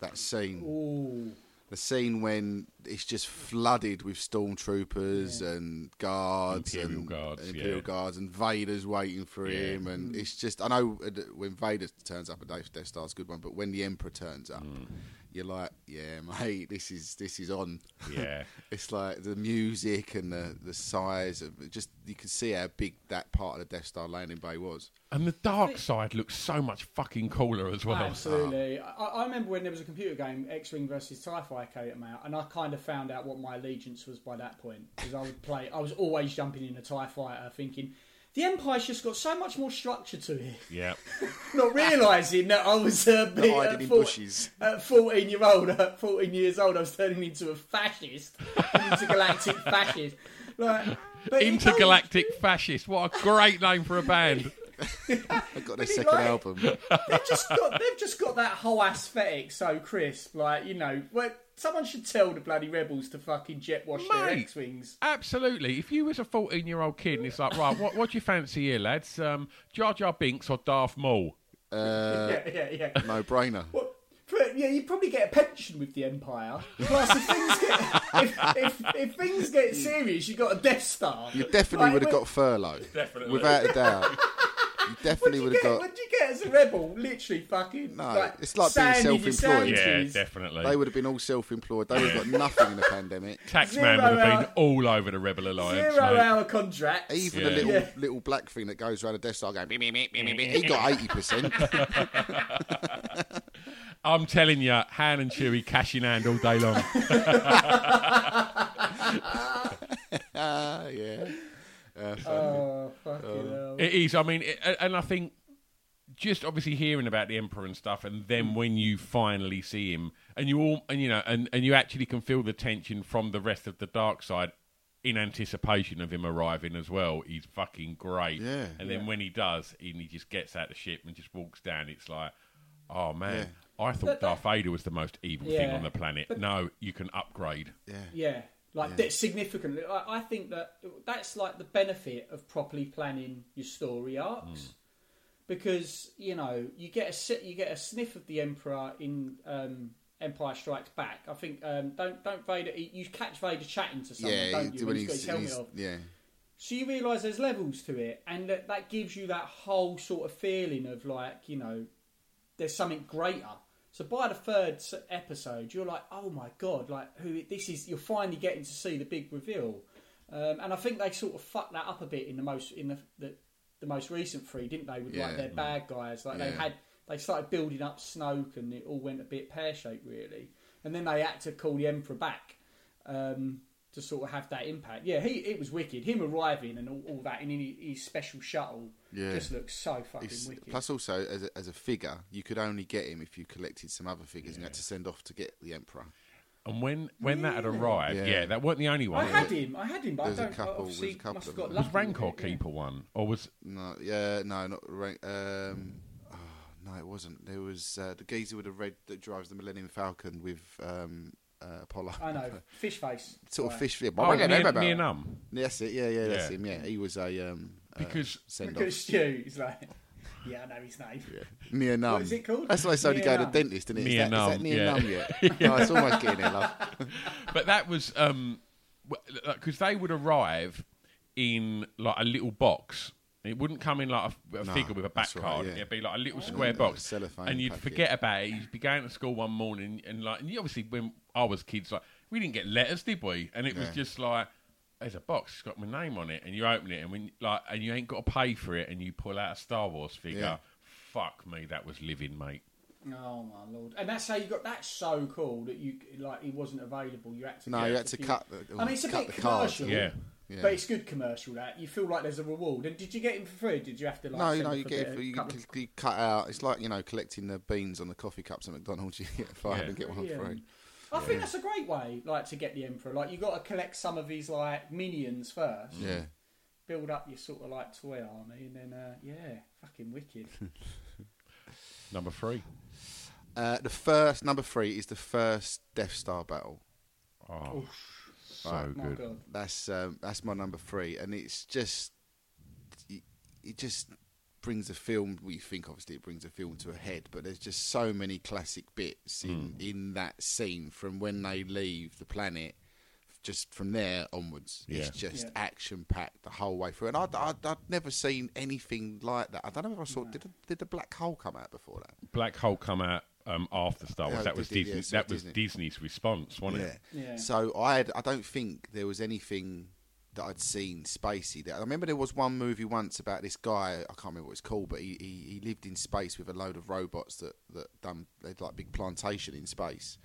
[SPEAKER 6] That scene.
[SPEAKER 5] Ooh.
[SPEAKER 6] The scene when it's just flooded with stormtroopers and guards
[SPEAKER 7] Imperial
[SPEAKER 6] and
[SPEAKER 7] guards,
[SPEAKER 6] and Imperial
[SPEAKER 7] yeah.
[SPEAKER 6] guards and Vader's waiting for
[SPEAKER 7] Yeah.
[SPEAKER 6] him,
[SPEAKER 5] Mm.
[SPEAKER 6] and it's just I know uh, when Vader turns up, a Death Death Star's a good one, but when the Emperor turns up,
[SPEAKER 7] Mm.
[SPEAKER 6] you're like, yeah, mate, this is this is on.
[SPEAKER 7] Yeah.
[SPEAKER 6] it's like the music and the the size of just you can see how big that part of the Death Star landing bay was.
[SPEAKER 7] And the dark side looks so much fucking cooler as well.
[SPEAKER 5] Absolutely. I,
[SPEAKER 7] Ah.
[SPEAKER 5] I remember when there was a computer game, X Wing versus TIE Fighter came out, and I kind of found out what my allegiance was by that point. Because I would play, I was always jumping in a TIE Fighter thinking, the Empire's just got so much more structure to it.
[SPEAKER 7] Yeah.
[SPEAKER 5] Not realising that I was uh,
[SPEAKER 6] Not
[SPEAKER 5] being,
[SPEAKER 6] hiding
[SPEAKER 5] uh,
[SPEAKER 6] in
[SPEAKER 5] four-
[SPEAKER 6] bushes.
[SPEAKER 5] At 14 year old, at 14 years old, I was turning into a fascist, an intergalactic fascist. Like, but it does-
[SPEAKER 7] Intergalactic Fascist. What a great name for a band.
[SPEAKER 6] I got their
[SPEAKER 5] Really
[SPEAKER 6] second
[SPEAKER 5] like-
[SPEAKER 6] album.
[SPEAKER 5] they've just got they've just got that whole aesthetic so crisp. Like you know, well, someone should tell the bloody rebels to fucking jet wash their
[SPEAKER 7] Mate.
[SPEAKER 5] X wings.
[SPEAKER 7] Absolutely. If you was a 14 year old kid and it's like, right, what, what do you fancy here, lads? Um, Jar Jar Binks or Darth Maul?
[SPEAKER 6] Uh,
[SPEAKER 5] yeah, yeah, yeah.
[SPEAKER 6] no brainer.
[SPEAKER 5] Well, pr- yeah, you'd probably get a pension with the Empire. Plus, if things get if, if, if things get serious, you got a Death Star.
[SPEAKER 6] You definitely
[SPEAKER 5] Like,
[SPEAKER 6] would have
[SPEAKER 5] when-
[SPEAKER 6] got furlough. Definitely. Without a doubt. You definitely
[SPEAKER 5] What'd you,
[SPEAKER 6] would have
[SPEAKER 5] get,
[SPEAKER 6] got.
[SPEAKER 5] what'd you get as a rebel? Literally, fucking.
[SPEAKER 6] No,
[SPEAKER 5] like,
[SPEAKER 6] it's like being
[SPEAKER 5] sand in your
[SPEAKER 6] self-employed. Yeah,
[SPEAKER 5] sandwiches.
[SPEAKER 7] definitely.
[SPEAKER 6] They would have been all self employed. They would have got nothing in the pandemic.
[SPEAKER 7] Taxman
[SPEAKER 5] Zero
[SPEAKER 7] would have been
[SPEAKER 5] hour-
[SPEAKER 7] all over the Rebel Alliance.
[SPEAKER 5] Zero
[SPEAKER 7] mate.
[SPEAKER 5] hour contracts.
[SPEAKER 6] Even
[SPEAKER 7] Yeah.
[SPEAKER 6] the little
[SPEAKER 5] Yeah.
[SPEAKER 6] little black thing that goes around the desk, I go, "Beep, beep, beep, beep, beep, beep," he got 80%.
[SPEAKER 7] I'm telling you, Han and Chewie cash in hand all day long.
[SPEAKER 6] Ah, yeah. Uh,
[SPEAKER 5] Oh,
[SPEAKER 6] um,
[SPEAKER 5] fucking hell.
[SPEAKER 7] It is. I mean, it, and I think just obviously hearing about the emperor and stuff, and
[SPEAKER 6] Mm.
[SPEAKER 7] then when you finally see him, and you all, and you know, and and you actually can feel the tension from the rest of the dark side in anticipation of him arriving as well. He's fucking great.
[SPEAKER 6] Yeah.
[SPEAKER 7] And then when he does, and he just gets out the ship and just walks down. It's like, oh man. I thought
[SPEAKER 5] But that-
[SPEAKER 7] Darth Vader was the most evil thing
[SPEAKER 5] Yeah.
[SPEAKER 7] on the planet. No, you can upgrade.
[SPEAKER 5] Yeah, like that significantly. I, I think that that's like the benefit of properly planning your story arcs, because you know you get a si- you get a sniff of the Emperor in um, Empire Strikes Back. I think um, don't don't Vader you catch Vader chatting to someone,
[SPEAKER 6] yeah,
[SPEAKER 5] don't
[SPEAKER 6] he-
[SPEAKER 5] you? When he's got his helmet
[SPEAKER 6] he's-
[SPEAKER 5] off.
[SPEAKER 6] yeah.
[SPEAKER 5] So you realise there's levels to it, and that, that gives you that whole sort of feeling of like, you know, there's something greater. So by the third s- episode, you're like, oh my god, like who? This is you're finally getting to see the big reveal, um, and I think they sort of fucked that up a bit in the most in the the, the most recent three, didn't they? With
[SPEAKER 6] Yeah.
[SPEAKER 5] like their bad guys, like they
[SPEAKER 6] Yeah.
[SPEAKER 5] had they started building up Snoke, and it all went a bit pear shaped really, and then they had to call the Emperor back um, to sort of have that impact. Yeah, he it was wicked. Him arriving and all, all that in his, his special shuttle
[SPEAKER 6] Yeah.
[SPEAKER 5] just looks so fucking
[SPEAKER 6] It's-
[SPEAKER 5] wicked.
[SPEAKER 6] plus, also, as a, as a figure, you could only get him if you collected some other figures and you had to send off to get the Emperor.
[SPEAKER 7] And when when that had arrived, yeah.
[SPEAKER 6] Yeah.
[SPEAKER 7] that weren't the only one.
[SPEAKER 5] I had him, I had him, but I
[SPEAKER 6] There's a
[SPEAKER 5] don't.
[SPEAKER 6] couple-
[SPEAKER 5] obviously,
[SPEAKER 6] there's a couple
[SPEAKER 5] must have
[SPEAKER 6] of
[SPEAKER 5] got
[SPEAKER 6] them.
[SPEAKER 7] was
[SPEAKER 5] lucky with
[SPEAKER 7] Rancor
[SPEAKER 5] it, yeah.
[SPEAKER 7] Keeper one, or was
[SPEAKER 6] No, yeah, no, not right. Um, oh, no, it wasn't. There was uh, the geezer with the red that drives the Millennium Falcon with um, uh, Apollo.
[SPEAKER 5] I know, fish face.
[SPEAKER 6] sort of
[SPEAKER 5] Right.
[SPEAKER 6] fish. Yeah,
[SPEAKER 7] Oh,
[SPEAKER 6] I don't know
[SPEAKER 7] Nien-
[SPEAKER 6] about-
[SPEAKER 7] Nienum.
[SPEAKER 6] That's it. Yeah, yeah, that's
[SPEAKER 7] Yeah.
[SPEAKER 6] him. Yeah, he was a um,
[SPEAKER 7] Because-
[SPEAKER 6] send
[SPEAKER 5] Look at Stu, he's like, Yeah, I know his name.
[SPEAKER 6] Near numb.
[SPEAKER 5] What is it called?
[SPEAKER 6] That's why I started
[SPEAKER 5] Near
[SPEAKER 6] going to
[SPEAKER 5] Numb.
[SPEAKER 6] the dentist, isn't it?
[SPEAKER 7] Near
[SPEAKER 6] is, that, is
[SPEAKER 7] numb,
[SPEAKER 6] that near
[SPEAKER 7] yeah.
[SPEAKER 6] numb yet? oh, it's almost getting there, love.
[SPEAKER 7] but that was um because they would arrive in like a little box. It wouldn't come in like a, a
[SPEAKER 6] No,
[SPEAKER 7] figure with a back
[SPEAKER 6] that's right,
[SPEAKER 7] card.
[SPEAKER 6] yeah.
[SPEAKER 7] It'd be like a little
[SPEAKER 6] Oh.
[SPEAKER 7] square
[SPEAKER 6] Yeah,
[SPEAKER 7] box,
[SPEAKER 6] cellophane
[SPEAKER 7] and you'd
[SPEAKER 6] packet.
[SPEAKER 7] forget about it. You'd be going to school one morning, and like, and you obviously when I was kids, like we didn't get letters, did we? And it was
[SPEAKER 6] No.
[SPEAKER 7] just like. There's a box. It's got my name on it, and you open it, and when like, and you ain't got to pay for it, and you pull out a Star Wars figure.
[SPEAKER 6] Yeah.
[SPEAKER 7] Fuck me, that was living, mate.
[SPEAKER 5] Oh my lord! And that's how you got. That's so cool that you like he wasn't available. You had to.
[SPEAKER 6] No,
[SPEAKER 5] get
[SPEAKER 6] you
[SPEAKER 5] it
[SPEAKER 6] had
[SPEAKER 5] if
[SPEAKER 6] to cut the-
[SPEAKER 5] I mean, it's a
[SPEAKER 6] cut
[SPEAKER 5] bit
[SPEAKER 6] the cards,
[SPEAKER 5] commercial.
[SPEAKER 6] yeah. Yeah.
[SPEAKER 5] But it's good commercial. That you feel like there's a reward. And did you get him for free? Did you have to like?
[SPEAKER 6] No,
[SPEAKER 5] send
[SPEAKER 6] you know,
[SPEAKER 5] him
[SPEAKER 6] you
[SPEAKER 5] for
[SPEAKER 6] get
[SPEAKER 5] a
[SPEAKER 6] it,
[SPEAKER 5] bit-
[SPEAKER 6] you,
[SPEAKER 5] couple
[SPEAKER 6] c- you cut out. It's like you know, collecting the beans on the coffee cups at McDonald's. You get five
[SPEAKER 7] Yeah.
[SPEAKER 6] and get one
[SPEAKER 5] Brilliant.
[SPEAKER 6] free.
[SPEAKER 5] I think that's a great way, like, to get the emperor. Like, you got to collect some of his like minions first.
[SPEAKER 6] Yeah.
[SPEAKER 5] Build up your sort of like toy army, and then uh, yeah, fucking wicked.
[SPEAKER 7] Number three.
[SPEAKER 6] Uh, the first number three is the first Death Star battle.
[SPEAKER 7] Oh, so
[SPEAKER 6] Right.
[SPEAKER 5] My
[SPEAKER 7] good.
[SPEAKER 5] God.
[SPEAKER 6] That's um, that's my number three, and it's just it, it just brings the film. We think obviously it brings the film to a head, but there's just so many classic bits in in that scene from when they leave the planet. Just from there onwards, it's
[SPEAKER 7] Yeah.
[SPEAKER 6] just
[SPEAKER 5] Yeah.
[SPEAKER 6] action packed the whole way through, and I'd, I'd, I'd never seen anything like that. I don't know if I saw did, did the black hole come out before that?
[SPEAKER 7] Black Hole come out um, after Star Wars.
[SPEAKER 6] Yeah,
[SPEAKER 7] that was
[SPEAKER 6] did it,
[SPEAKER 7] Disney.
[SPEAKER 6] yeah, so
[SPEAKER 7] that
[SPEAKER 6] it
[SPEAKER 7] was
[SPEAKER 6] Disney.
[SPEAKER 7] Disney's response, wasn't it?
[SPEAKER 5] Yeah.
[SPEAKER 6] So I had, I don't think there was anything that I'd seen spacey. That I remember there was one movie once about this guy. I can't remember what it's called, but he, he, he lived in space with a load of robots that that done they'd like big plantation in space.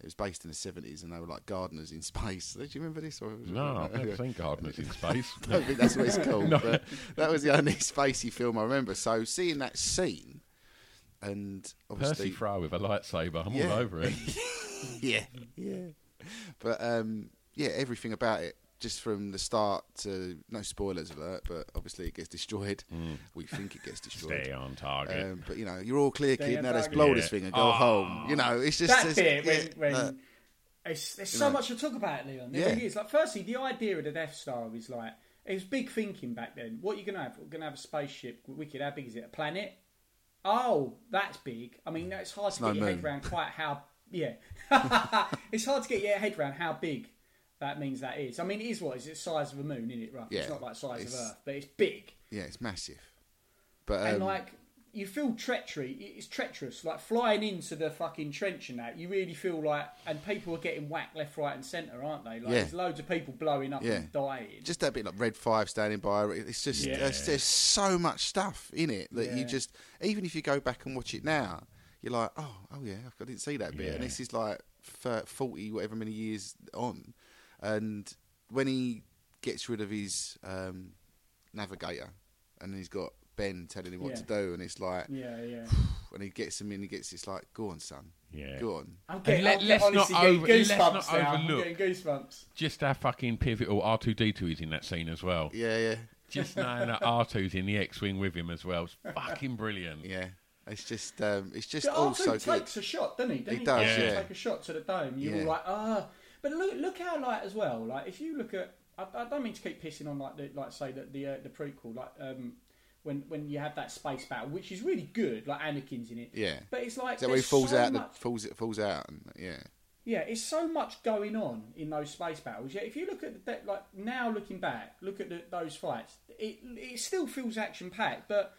[SPEAKER 6] It was based in the seventies, and they were like gardeners in space. Do you remember this? Or
[SPEAKER 7] No, I've never seen Gardeners in Space.
[SPEAKER 6] I don't think that's what it's called.
[SPEAKER 7] No.
[SPEAKER 6] but that was the only spacey film I remember. So seeing that scene, and obviously
[SPEAKER 7] Percy Fry with a lightsaber. I'm
[SPEAKER 6] Yeah.
[SPEAKER 7] all over it.
[SPEAKER 6] yeah, yeah. But um, yeah, everything about it, just from the start to no spoilers alert, but obviously it gets destroyed. We think it gets destroyed.
[SPEAKER 7] Stay on target.
[SPEAKER 6] Um, but you know, you're all clear,
[SPEAKER 5] Stay
[SPEAKER 6] kid.
[SPEAKER 5] on
[SPEAKER 6] Now let's
[SPEAKER 5] target.
[SPEAKER 6] blow
[SPEAKER 7] Yeah.
[SPEAKER 6] this thing and go
[SPEAKER 7] Ah.
[SPEAKER 6] home. You know, it's just
[SPEAKER 5] that
[SPEAKER 6] it's-
[SPEAKER 5] bit when,
[SPEAKER 6] yeah,
[SPEAKER 5] when
[SPEAKER 6] uh,
[SPEAKER 5] it's, there's so much to talk about, Leon. There
[SPEAKER 6] Yeah.
[SPEAKER 5] really is. Like, firstly, the idea of the Death Star is like it was big thinking back then. What are you gonna have? We're gonna have a spaceship. Wicked. How big is it? A planet? Oh, that's big. I mean, it's hard to
[SPEAKER 6] no
[SPEAKER 5] get your head
[SPEAKER 6] moon.
[SPEAKER 5] around quite how. Yeah, it's hard to get your head around how big that means that is. I mean, it is what is it? Size of a moon, isn't it? Roughly, it's
[SPEAKER 6] Yeah,
[SPEAKER 5] not like size
[SPEAKER 6] it's-
[SPEAKER 5] of Earth, but it's big
[SPEAKER 6] yeah, it's massive. But um,
[SPEAKER 5] and like you feel treachery it- it's treacherous like flying into the fucking trench and that you really feel like and people are getting whacked left right and centre aren't they like
[SPEAKER 6] Yeah.
[SPEAKER 5] there's loads of people blowing up
[SPEAKER 6] Yeah.
[SPEAKER 5] and dying
[SPEAKER 6] just that bit like Red Five standing by. It's just
[SPEAKER 5] Yeah.
[SPEAKER 6] there's, there's so much stuff in it that
[SPEAKER 5] Yeah.
[SPEAKER 6] you just even if you go back and watch it now, you're like, oh, oh yeah, I didn't see that bit. And this is like fir- forty whatever many years on, and when he gets rid of his um, navigator, and he's got Ben telling him what
[SPEAKER 5] Yeah.
[SPEAKER 6] to do, and it's like,
[SPEAKER 5] yeah yeah
[SPEAKER 6] and he gets him in, he gets it's like, go on, son,
[SPEAKER 7] Yeah.
[SPEAKER 6] go on.
[SPEAKER 5] I'm
[SPEAKER 7] And
[SPEAKER 5] getting,
[SPEAKER 7] let-
[SPEAKER 5] I'm
[SPEAKER 7] let's
[SPEAKER 5] honestly
[SPEAKER 7] not
[SPEAKER 5] getting
[SPEAKER 7] over- let's
[SPEAKER 5] goosebumps
[SPEAKER 7] not
[SPEAKER 5] now.
[SPEAKER 7] overlook.
[SPEAKER 5] I'm getting goosebumps
[SPEAKER 7] Just how fucking pivotal R2D2 is in that scene as well.
[SPEAKER 6] Yeah, yeah,
[SPEAKER 7] Just knowing that R2's in the X-wing with him as well. It's fucking brilliant.
[SPEAKER 6] yeah. It's just, um, it's just
[SPEAKER 5] But
[SPEAKER 6] all
[SPEAKER 5] also
[SPEAKER 6] so good.
[SPEAKER 5] takes a shot, doesn't he? Doesn't
[SPEAKER 6] He does,
[SPEAKER 5] Doesn't
[SPEAKER 6] yeah.
[SPEAKER 5] Take a shot to the dome. You're
[SPEAKER 6] Yeah.
[SPEAKER 5] all like, ah. But look, look how like as well. Like if you look at, I, I don't mean to keep pissing on like the, like say that the uh, the prequel, like um when when you have that space battle, which is really good. Like Anakin's in it.
[SPEAKER 6] Yeah.
[SPEAKER 5] But it's like
[SPEAKER 6] Is that where he
[SPEAKER 5] there's
[SPEAKER 6] falls
[SPEAKER 5] so
[SPEAKER 6] out? The,
[SPEAKER 5] much-
[SPEAKER 6] falls it falls out, and yeah,
[SPEAKER 5] yeah, it's so much going on in those space battles. Yeah, if you look at the, like now, looking back, look at the, those fights, it it still feels action packed, but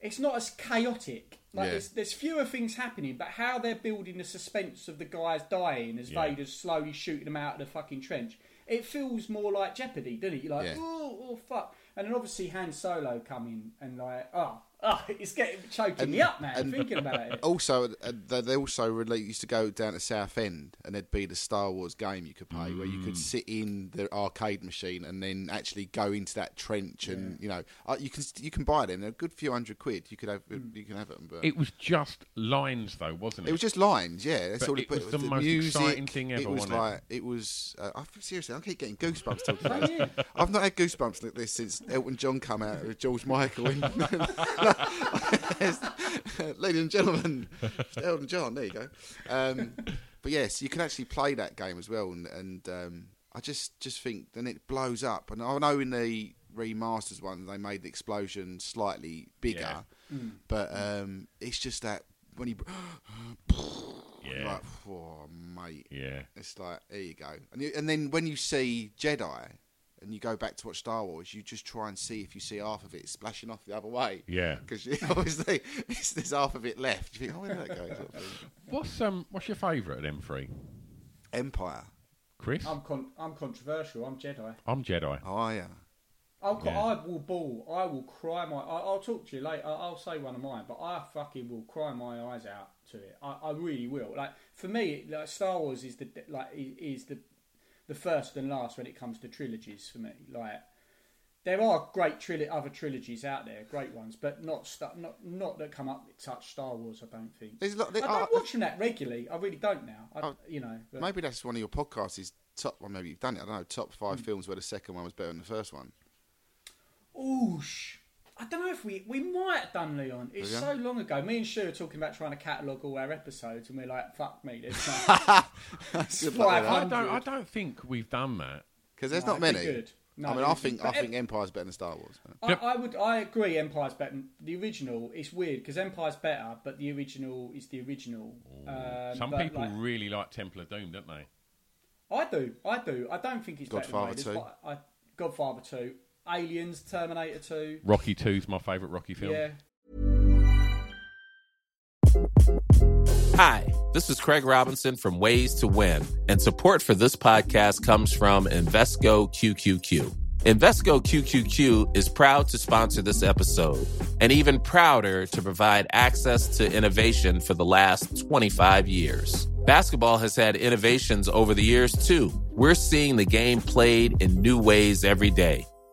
[SPEAKER 5] it's not as chaotic. Like
[SPEAKER 6] Yeah.
[SPEAKER 5] there's, there's fewer things happening, but how they're building the suspense of the guys dying as
[SPEAKER 7] Yeah.
[SPEAKER 5] Vader's slowly shooting them out of the fucking trench, it feels more like Jeopardy, doesn't it? You're like,
[SPEAKER 6] Yeah.
[SPEAKER 5] oh, oh, fuck, and then obviously Han Solo coming and like, oh, oh it's getting choking
[SPEAKER 6] And-
[SPEAKER 5] me up, man.
[SPEAKER 6] and-
[SPEAKER 5] thinking about it.
[SPEAKER 6] also uh, they they also really used to go down to Southend and there'd be the Star Wars game you could play where you could sit in the arcade machine and then actually go into that trench and you know uh, you can you can buy them they're a good few hundred quid you could have you
[SPEAKER 5] Mm.
[SPEAKER 6] can have them but
[SPEAKER 7] It was just lines, though, wasn't it?
[SPEAKER 6] it was just lines, yeah. That's
[SPEAKER 7] But
[SPEAKER 6] all
[SPEAKER 7] it was the most exciting thing ever,
[SPEAKER 6] It was
[SPEAKER 7] wasn't it?
[SPEAKER 6] like it was. Uh, I think- seriously, I keep getting goosebumps talking about
[SPEAKER 5] Oh,
[SPEAKER 6] this.
[SPEAKER 5] yeah.
[SPEAKER 6] I've not had goosebumps like this since Elton John come out with George Michael. In. Ladies and gentlemen, it's Elton John. There you go. Um, but yes, you can actually play that game as well, and, and um, I just just think then it blows up. And I know in the remasters one they made the explosion slightly bigger.
[SPEAKER 7] Yeah.
[SPEAKER 6] Mm. But um, it's just that when you.
[SPEAKER 7] Yeah.
[SPEAKER 6] Like, oh, mate.
[SPEAKER 7] Yeah.
[SPEAKER 6] It's like, there you go. And, you, and then when you see Jedi and you go back to watch Star Wars, you just try and see if you see half of it splashing off the other way.
[SPEAKER 7] Yeah.
[SPEAKER 6] Because obviously it's, there's half of it left. You think, oh, where did that go? Sort of thing.
[SPEAKER 7] What's um What's your favourite of them three?
[SPEAKER 6] Empire.
[SPEAKER 7] Chris,
[SPEAKER 6] Um,
[SPEAKER 5] I'm con- I'm controversial. I'm Jedi.
[SPEAKER 7] I'm Jedi.
[SPEAKER 6] Oh yeah.
[SPEAKER 5] I've got,
[SPEAKER 7] Yeah.
[SPEAKER 5] I will bawl. I will cry my. I, I'll talk to you later. I- I'll say one of mine, but I fucking will cry my eyes out to it. I, I really will. Like for me, like Star Wars is the like i- is the the first and last when it comes to trilogies for me. Like there are great trilo- other trilogies out there, great ones, but not sta- not not that come up touch Star Wars. I don't think.
[SPEAKER 6] There's a lot-
[SPEAKER 5] I
[SPEAKER 6] there
[SPEAKER 5] don't
[SPEAKER 6] are- uh,
[SPEAKER 5] watch them that regularly. I really don't now. I, you know, but-
[SPEAKER 6] Maybe that's one of your podcasts is top. Well, maybe you've done it. I don't know. Top
[SPEAKER 5] Hmm.
[SPEAKER 6] five films where the second one was better than the first one.
[SPEAKER 5] Oosh. I don't know if we we might have done Leon. It's
[SPEAKER 6] Yeah.
[SPEAKER 5] so long ago. Me and Shu are talking about trying to catalogue all our episodes, and we're like, "Fuck me, there's no-
[SPEAKER 6] Good luck with
[SPEAKER 5] five
[SPEAKER 6] that.
[SPEAKER 7] I don't. I
[SPEAKER 5] hundred.
[SPEAKER 7] don't think we've done that.
[SPEAKER 6] Because there's
[SPEAKER 5] No,
[SPEAKER 6] not
[SPEAKER 5] it'd
[SPEAKER 6] many.
[SPEAKER 5] be good. No,
[SPEAKER 6] I mean,
[SPEAKER 5] it
[SPEAKER 6] I
[SPEAKER 5] wouldn't.
[SPEAKER 6] think I
[SPEAKER 5] But ev-
[SPEAKER 6] think Empire's better than Star Wars.
[SPEAKER 5] I, I would. I agree. Empire's better. The original is weird because Empire's better, but the original is the original. Um,
[SPEAKER 7] Some
[SPEAKER 5] but,
[SPEAKER 7] people
[SPEAKER 5] like,
[SPEAKER 7] really like Temple of Doom, don't they?
[SPEAKER 5] I do. I do. I don't think it's
[SPEAKER 7] Godfather
[SPEAKER 5] better. than
[SPEAKER 7] two.
[SPEAKER 5] Raiders, but I, I, Godfather two, Aliens, Terminator two.
[SPEAKER 7] Rocky Two's my favourite Rocky film.
[SPEAKER 5] Yeah.
[SPEAKER 3] Hi, this is Craig Robinson from Ways to Win, and support for this podcast comes from Invesco QQQ. Invesco QQQ is proud to sponsor this episode and even prouder to provide access to innovation for the last 25 years. Basketball has had innovations over the years, too. We're seeing the game played in new ways every day.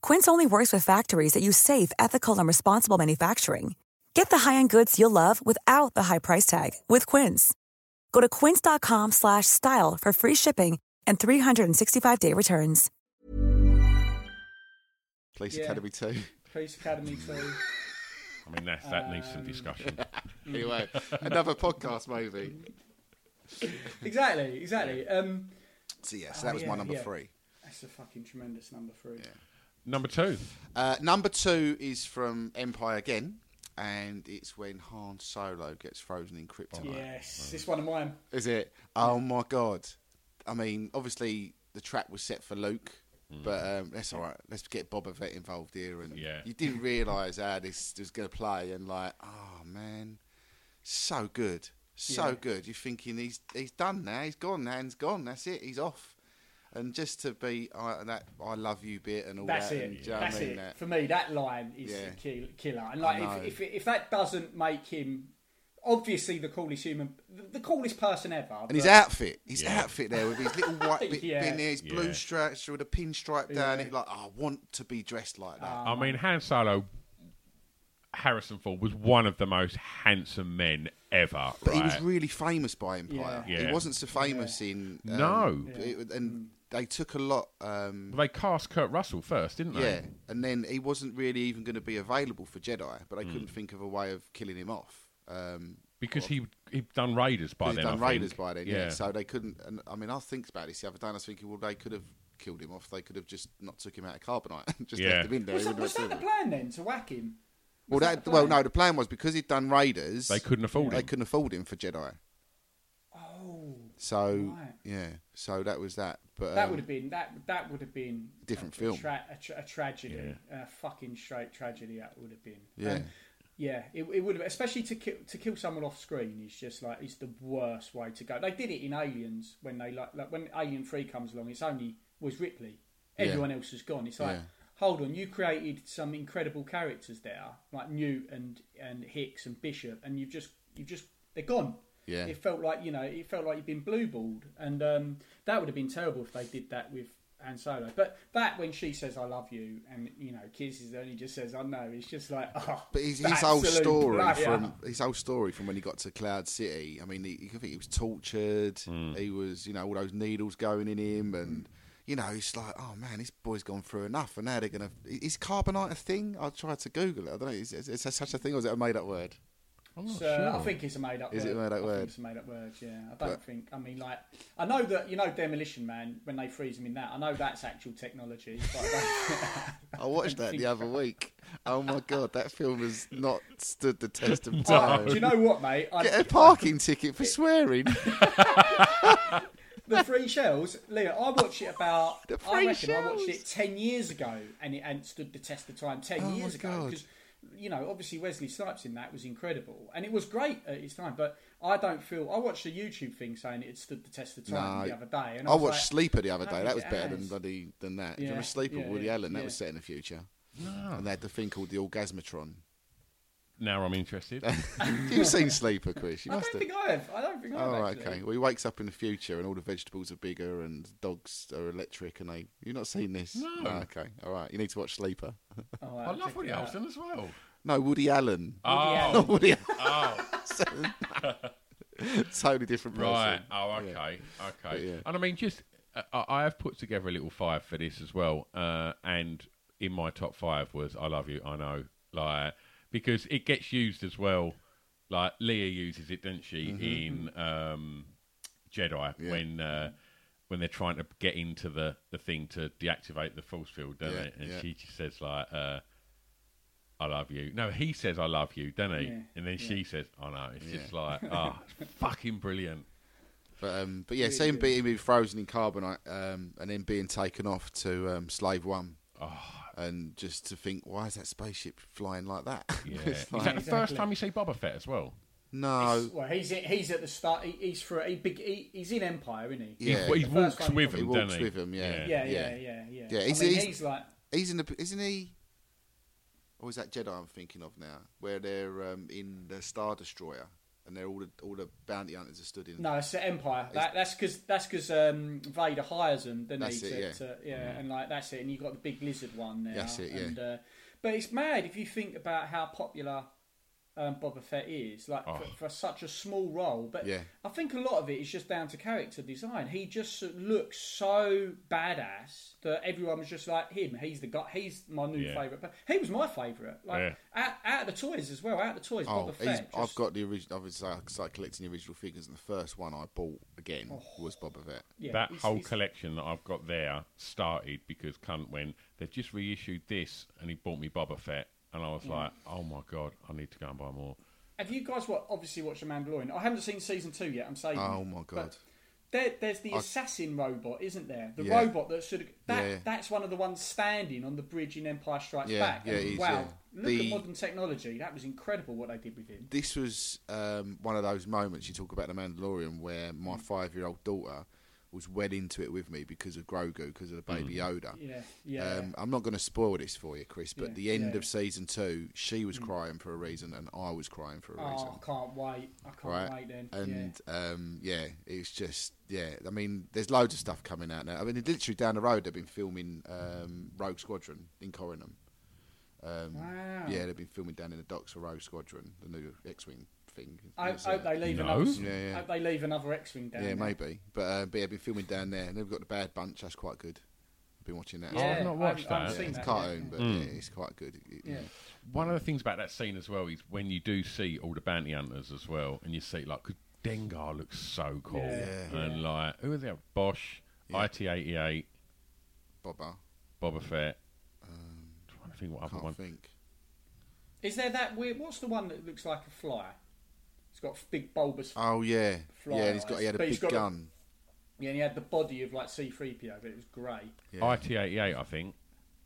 [SPEAKER 2] Quince only works with factories that use safe, ethical, and responsible manufacturing. Get the high-end goods you'll love without the high price tag with Quince. Go to quince.com/style slash style for free shipping and 365-day returns.
[SPEAKER 6] Police
[SPEAKER 5] Yeah.
[SPEAKER 6] Academy two.
[SPEAKER 5] Police Academy two.
[SPEAKER 7] I mean, that's, that needs some
[SPEAKER 5] Um,
[SPEAKER 7] discussion.
[SPEAKER 6] anyway, another podcast maybe.
[SPEAKER 5] exactly. Exactly. Um,
[SPEAKER 6] So yeah, so that
[SPEAKER 5] oh,
[SPEAKER 6] was
[SPEAKER 5] yeah,
[SPEAKER 6] my number
[SPEAKER 5] yeah.
[SPEAKER 6] three.
[SPEAKER 5] That's a fucking tremendous number three.
[SPEAKER 7] Number two.
[SPEAKER 6] Uh, number two is from Empire again, and it's when Han Solo gets frozen in kryptonite.
[SPEAKER 5] Yes, it's one of mine.
[SPEAKER 6] Is it? Oh my god! I mean, obviously the track was set for Luke, but um, that's all right. Let's get Boba Fett involved here, and
[SPEAKER 7] Mm. Yeah.
[SPEAKER 6] you didn't realise how this was going to play, and like, oh man, so good, so
[SPEAKER 5] Yeah.
[SPEAKER 6] good. You're thinking he's he's done now, he's gone, Han's gone, that's it, he's off. And just to be I that I love you bit and all
[SPEAKER 5] That's
[SPEAKER 6] that,
[SPEAKER 5] it.
[SPEAKER 6] and, do you know what I
[SPEAKER 5] That's
[SPEAKER 6] mean?
[SPEAKER 5] it.
[SPEAKER 6] That-
[SPEAKER 5] For me, that line is
[SPEAKER 6] Yeah.
[SPEAKER 5] the kill, killer. And
[SPEAKER 6] I
[SPEAKER 5] like,
[SPEAKER 6] know.
[SPEAKER 5] if, if if that doesn't make him obviously the coolest human, the coolest person ever,
[SPEAKER 6] And his outfit, his outfit there with his little white bit
[SPEAKER 5] Yeah.
[SPEAKER 6] bin there, his
[SPEAKER 7] Yeah.
[SPEAKER 6] blue stripes with a pinstripe down
[SPEAKER 5] Yeah.
[SPEAKER 6] it. Like, I want to be dressed like that.
[SPEAKER 7] I mean, Han Solo, Harrison Ford was one of the most handsome men ever.
[SPEAKER 6] but
[SPEAKER 7] right?
[SPEAKER 6] he was really famous by Empire.
[SPEAKER 7] Yeah. Yeah.
[SPEAKER 6] He wasn't so famous in um,
[SPEAKER 7] No. Yeah.
[SPEAKER 6] it- and they took a lot. Um,
[SPEAKER 7] They cast Kurt Russell first, didn't they?
[SPEAKER 6] yeah, and then he wasn't really even going to be available for Jedi, but
[SPEAKER 7] Hmm.
[SPEAKER 6] they couldn't think of a way of killing him off. Um,
[SPEAKER 7] Because he he'd done Raiders by
[SPEAKER 6] He'd
[SPEAKER 7] then.
[SPEAKER 6] done
[SPEAKER 7] I
[SPEAKER 6] Raiders
[SPEAKER 7] think.
[SPEAKER 6] by then, yeah. So they couldn't. And I mean, I think about this the other day, and I was thinking, well, they could have killed him off. They could have just not took him out of carbonite, and just
[SPEAKER 7] Yeah.
[SPEAKER 6] left him in there.
[SPEAKER 5] was
[SPEAKER 6] He
[SPEAKER 5] that,
[SPEAKER 6] wouldn't
[SPEAKER 5] was
[SPEAKER 6] have
[SPEAKER 5] that the
[SPEAKER 6] seen him.
[SPEAKER 5] plan then to whack him?
[SPEAKER 6] Well,
[SPEAKER 5] Was
[SPEAKER 6] that,
[SPEAKER 5] that the
[SPEAKER 6] well,
[SPEAKER 5] plan?
[SPEAKER 6] no. The plan was because he'd done Raiders.
[SPEAKER 7] They couldn't afford
[SPEAKER 6] They
[SPEAKER 7] him.
[SPEAKER 6] couldn't afford him for Jedi.
[SPEAKER 5] Oh,
[SPEAKER 6] So
[SPEAKER 5] Right.
[SPEAKER 6] yeah. So that was that. But
[SPEAKER 5] that
[SPEAKER 6] um,
[SPEAKER 5] would have been that. That would have been
[SPEAKER 6] Different
[SPEAKER 5] a,
[SPEAKER 6] film.
[SPEAKER 5] A, tra- a, tra- a tragedy, a fucking straight tragedy. That would have been.
[SPEAKER 6] Yeah.
[SPEAKER 5] Um, yeah, it, it would have, especially to kill to kill someone off screen is just like is the worst way to go. They did it in Aliens when they like, like when Alien Three comes along. It's only was Ripley. Everyone
[SPEAKER 6] Yeah.
[SPEAKER 5] else has gone. It's like,
[SPEAKER 6] Yeah.
[SPEAKER 5] hold on, you created some incredible characters there, like Newt and and Hicks and Bishop, and you've just you've just they're gone.
[SPEAKER 6] Yeah.
[SPEAKER 5] It felt like you know, it felt like you've been blueballed, and um, that would have been terrible if they did that with Han Solo. But that when she says "I love you" and you know kisses her and he just says "I know," it's just like oh.
[SPEAKER 6] But his, his
[SPEAKER 5] that's
[SPEAKER 6] whole
[SPEAKER 5] absolute
[SPEAKER 6] story
[SPEAKER 5] bloody
[SPEAKER 6] from
[SPEAKER 5] hell.
[SPEAKER 6] his whole story from when he got to Cloud City. I mean, he, you can think he was tortured.
[SPEAKER 7] Hmm.
[SPEAKER 6] He was, you know, all those needles going in him,
[SPEAKER 5] Hmm.
[SPEAKER 6] and you know, it's like, oh man, this boy's gone through enough, and now they're gonna. Is carbonite a thing? I tried to Google it. I don't know. Is, is, is that such a thing, or is it a made-up word?
[SPEAKER 5] So I think it's a made up.
[SPEAKER 6] Oh, Is
[SPEAKER 5] word.
[SPEAKER 6] it a made-up
[SPEAKER 5] I
[SPEAKER 6] word?
[SPEAKER 5] Think it's a made up word. Yeah, I don't
[SPEAKER 6] But-
[SPEAKER 5] think. I mean, like, I know that you know Demolition Man when they freeze him in that. I know that's actual technology. But I
[SPEAKER 6] I watched that the other week. Oh my god, that film has not stood the test of
[SPEAKER 5] don't-
[SPEAKER 6] time.
[SPEAKER 5] Oh, do you know what, mate? I,
[SPEAKER 6] Get a parking ticket for swearing.
[SPEAKER 5] the free shells, Leo. I watched it about.
[SPEAKER 6] The
[SPEAKER 5] I
[SPEAKER 6] Three
[SPEAKER 5] reckon I watched
[SPEAKER 6] Shells.
[SPEAKER 5] it ten years ago, and it and stood the test of time ten
[SPEAKER 6] Oh my
[SPEAKER 5] years ago.
[SPEAKER 6] God.
[SPEAKER 5] Because you know, obviously Wesley Snipes in that was incredible, and it was great at its time. But I don't feel. I watched a YouTube thing saying it had stood the test of time
[SPEAKER 6] No.
[SPEAKER 5] the other day, and
[SPEAKER 6] I,
[SPEAKER 5] I, was
[SPEAKER 6] watched
[SPEAKER 5] like,
[SPEAKER 6] Sleeper the other
[SPEAKER 5] "I
[SPEAKER 6] day.
[SPEAKER 5] think
[SPEAKER 6] That was
[SPEAKER 5] it
[SPEAKER 6] better than
[SPEAKER 5] has."
[SPEAKER 6] bloody than that. Do you
[SPEAKER 5] Yeah,
[SPEAKER 6] remember Sleeper
[SPEAKER 5] yeah,
[SPEAKER 6] with Woody
[SPEAKER 5] yeah,
[SPEAKER 6] Allen? That
[SPEAKER 5] yeah.
[SPEAKER 6] was set in the future.
[SPEAKER 7] No.
[SPEAKER 6] And they had the thing called the Orgasmatron.
[SPEAKER 7] Now I'm interested.
[SPEAKER 6] You've seen Sleeper, Chris. You
[SPEAKER 5] I
[SPEAKER 6] must
[SPEAKER 5] don't
[SPEAKER 6] have.
[SPEAKER 5] think I have. I don't think I have.
[SPEAKER 6] Oh, right,
[SPEAKER 5] actually.
[SPEAKER 6] okay. Well, he wakes up in the future and all the vegetables are bigger and dogs are electric and they. You've not seen this?
[SPEAKER 7] No.
[SPEAKER 6] Oh, okay. All right. You need to watch Sleeper.
[SPEAKER 5] Oh,
[SPEAKER 7] I
[SPEAKER 5] I'll
[SPEAKER 7] love
[SPEAKER 5] check
[SPEAKER 7] Woody
[SPEAKER 5] it out.
[SPEAKER 7] Allen as well.
[SPEAKER 6] No, Woody Allen.
[SPEAKER 7] Oh.
[SPEAKER 6] Not Woody Allen.
[SPEAKER 7] Oh.
[SPEAKER 6] totally different person.
[SPEAKER 7] Right. Oh,
[SPEAKER 6] Yeah.
[SPEAKER 7] okay. Okay.
[SPEAKER 6] Yeah.
[SPEAKER 7] And I mean, just uh, I I have put together a little five for this as well. Uh, and in my top five was "I love you, I know," like because it gets used as well. Like Leah uses it, doesn't she, in um, Jedi
[SPEAKER 6] Mm-hmm, Yeah.
[SPEAKER 7] when uh, when they're trying to get into the, the thing to deactivate the force field, don't
[SPEAKER 6] Yeah,
[SPEAKER 7] it? And
[SPEAKER 6] yeah.
[SPEAKER 7] she just says like. Uh, I love you. No, he says I love you, doesn't he?
[SPEAKER 5] Yeah,
[SPEAKER 7] and then she says, "I know." It's
[SPEAKER 6] Yeah.
[SPEAKER 7] just like, oh, it's fucking brilliant.
[SPEAKER 6] But um, but yeah, seeing being being frozen in carbonite um, and then being taken off to um, Slave One,
[SPEAKER 7] Oh.
[SPEAKER 6] and just to think, why is that spaceship flying like that?
[SPEAKER 7] Yeah.
[SPEAKER 6] It's
[SPEAKER 7] Is
[SPEAKER 6] like,
[SPEAKER 7] that the first
[SPEAKER 5] Exactly.
[SPEAKER 7] time you see Boba Fett as well?
[SPEAKER 6] no,
[SPEAKER 5] Well, he's he's at the start. He, he's for he, big. He, he's in Empire, isn't he?
[SPEAKER 6] Yeah.
[SPEAKER 7] He, he
[SPEAKER 5] The first
[SPEAKER 7] walks
[SPEAKER 5] one-
[SPEAKER 7] with him,
[SPEAKER 6] he
[SPEAKER 7] doesn't
[SPEAKER 6] walks
[SPEAKER 7] he?
[SPEAKER 6] with him. Yeah,
[SPEAKER 5] Yeah, yeah, yeah, yeah.
[SPEAKER 6] Yeah,
[SPEAKER 5] I
[SPEAKER 6] he's-
[SPEAKER 5] mean,
[SPEAKER 6] he's-
[SPEAKER 5] he's like
[SPEAKER 6] He's in the isn't he? Or is that Jedi I'm thinking of now, where they're um, in the Star Destroyer and they're all the all the bounty hunters are stood in.
[SPEAKER 5] No, it's the Empire. That, that's because that's because um, Vader hires them, doesn't
[SPEAKER 6] That's
[SPEAKER 5] he?
[SPEAKER 6] it,
[SPEAKER 5] to,
[SPEAKER 6] yeah. Mm.
[SPEAKER 5] To, yeah, and like that's it. And you've got the big lizard one now.
[SPEAKER 6] That's it, yeah.
[SPEAKER 5] And, uh, but it's mad if you think about how popular um, Boba Fett is, like for, for such a small role. But
[SPEAKER 6] Oh. Yeah.
[SPEAKER 5] I think a lot of it is just down to character design. He just looks so badass that everyone was just like him. He's the guy. He's my new
[SPEAKER 7] Yeah.
[SPEAKER 5] favorite. But he was my favorite. Like out, out of the toys as well. Out of the toys,
[SPEAKER 6] Oh,
[SPEAKER 5] Boba
[SPEAKER 6] he's,
[SPEAKER 5] Fett.
[SPEAKER 6] I've
[SPEAKER 5] just-
[SPEAKER 6] got the original. Obviously, I started collecting the original figures, and the first one I bought again was Boba Fett.
[SPEAKER 5] Oh. yeah,
[SPEAKER 7] that
[SPEAKER 5] he's-
[SPEAKER 7] whole
[SPEAKER 5] he's-
[SPEAKER 7] collection that I've got there started because cunt went, they've just reissued this and he bought me Boba Fett. And I was like, oh my God, I need to go and buy more.
[SPEAKER 5] Have you guys what obviously watched The Mandalorian? I haven't seen season two yet. I'm saying.
[SPEAKER 6] Oh my god!
[SPEAKER 5] There, there's the
[SPEAKER 6] I-
[SPEAKER 5] assassin robot, isn't there? The
[SPEAKER 6] Yeah.
[SPEAKER 5] robot that sort of that,
[SPEAKER 6] Yeah.
[SPEAKER 5] that's one of the ones standing on the bridge in Empire Strikes
[SPEAKER 6] Yeah,
[SPEAKER 5] Back.
[SPEAKER 6] yeah,
[SPEAKER 5] And
[SPEAKER 6] it is,
[SPEAKER 5] wow,
[SPEAKER 6] yeah.
[SPEAKER 5] look
[SPEAKER 6] The-
[SPEAKER 5] at modern technology. That was incredible what they did with him.
[SPEAKER 6] this was um, one of those moments you talk about the Mandalorian where my
[SPEAKER 5] Mm.
[SPEAKER 6] five year old daughter was well into it with me because of Grogu, because of the baby Yoda.
[SPEAKER 5] Yeah, yeah.
[SPEAKER 6] Um, I'm not going to spoil this for you, Chris, but
[SPEAKER 5] Yeah,
[SPEAKER 6] the end
[SPEAKER 5] yeah. Mm.
[SPEAKER 6] of season two, she was crying for a reason and I was crying for a reason.
[SPEAKER 5] oh, I can't wait. I can't
[SPEAKER 6] right?
[SPEAKER 5] wait then.
[SPEAKER 6] And um, yeah, it's just yeah. I mean, there's loads of stuff coming out now. I mean, literally down the road, they've been filming um, Rogue Squadron in Corinum. Um,
[SPEAKER 5] Wow.
[SPEAKER 6] Yeah, they've been filming down in the docks for Rogue Squadron, the new X-wing thing.
[SPEAKER 5] yeah. I
[SPEAKER 6] It's,
[SPEAKER 5] hope
[SPEAKER 6] uh,
[SPEAKER 5] they leave
[SPEAKER 7] No.
[SPEAKER 5] another.
[SPEAKER 6] Yeah, yeah.
[SPEAKER 5] hope they leave another X-wing down.
[SPEAKER 6] yeah,
[SPEAKER 5] there.
[SPEAKER 6] maybe. But uh, but yeah, been filming down there, and they've got the Bad Bunch. That's quite good. I've been watching that.
[SPEAKER 5] Yeah,
[SPEAKER 7] I've not watched
[SPEAKER 5] I haven't- I haven't
[SPEAKER 7] that.
[SPEAKER 5] seen
[SPEAKER 6] it's a
[SPEAKER 5] that
[SPEAKER 6] cartoon,
[SPEAKER 5] yet.
[SPEAKER 6] but
[SPEAKER 7] Mm.
[SPEAKER 6] yeah, it's quite good. It-
[SPEAKER 5] Yeah.
[SPEAKER 7] One of the things about that scene as well is when you do see all the bounty hunters as well, and you see like 'cause Dengar looks so cool,
[SPEAKER 5] Yeah.
[SPEAKER 7] and like who are they? Bosch, IT88,
[SPEAKER 6] Boba,
[SPEAKER 7] Boba Fett. trying to think what other
[SPEAKER 6] Um, can't
[SPEAKER 7] one.
[SPEAKER 6] think.
[SPEAKER 5] Is there that weird? What's the one that looks like a fly? It's got big bulbous.
[SPEAKER 6] Oh yeah,
[SPEAKER 5] Fly
[SPEAKER 6] yeah. And he's got
[SPEAKER 5] eyes.
[SPEAKER 6] he had a
[SPEAKER 5] But he's
[SPEAKER 6] big
[SPEAKER 5] got a-
[SPEAKER 6] gun.
[SPEAKER 5] Yeah, and he had the body of like C-3PO, but it was grey.
[SPEAKER 6] Yeah.
[SPEAKER 7] IT88, I think.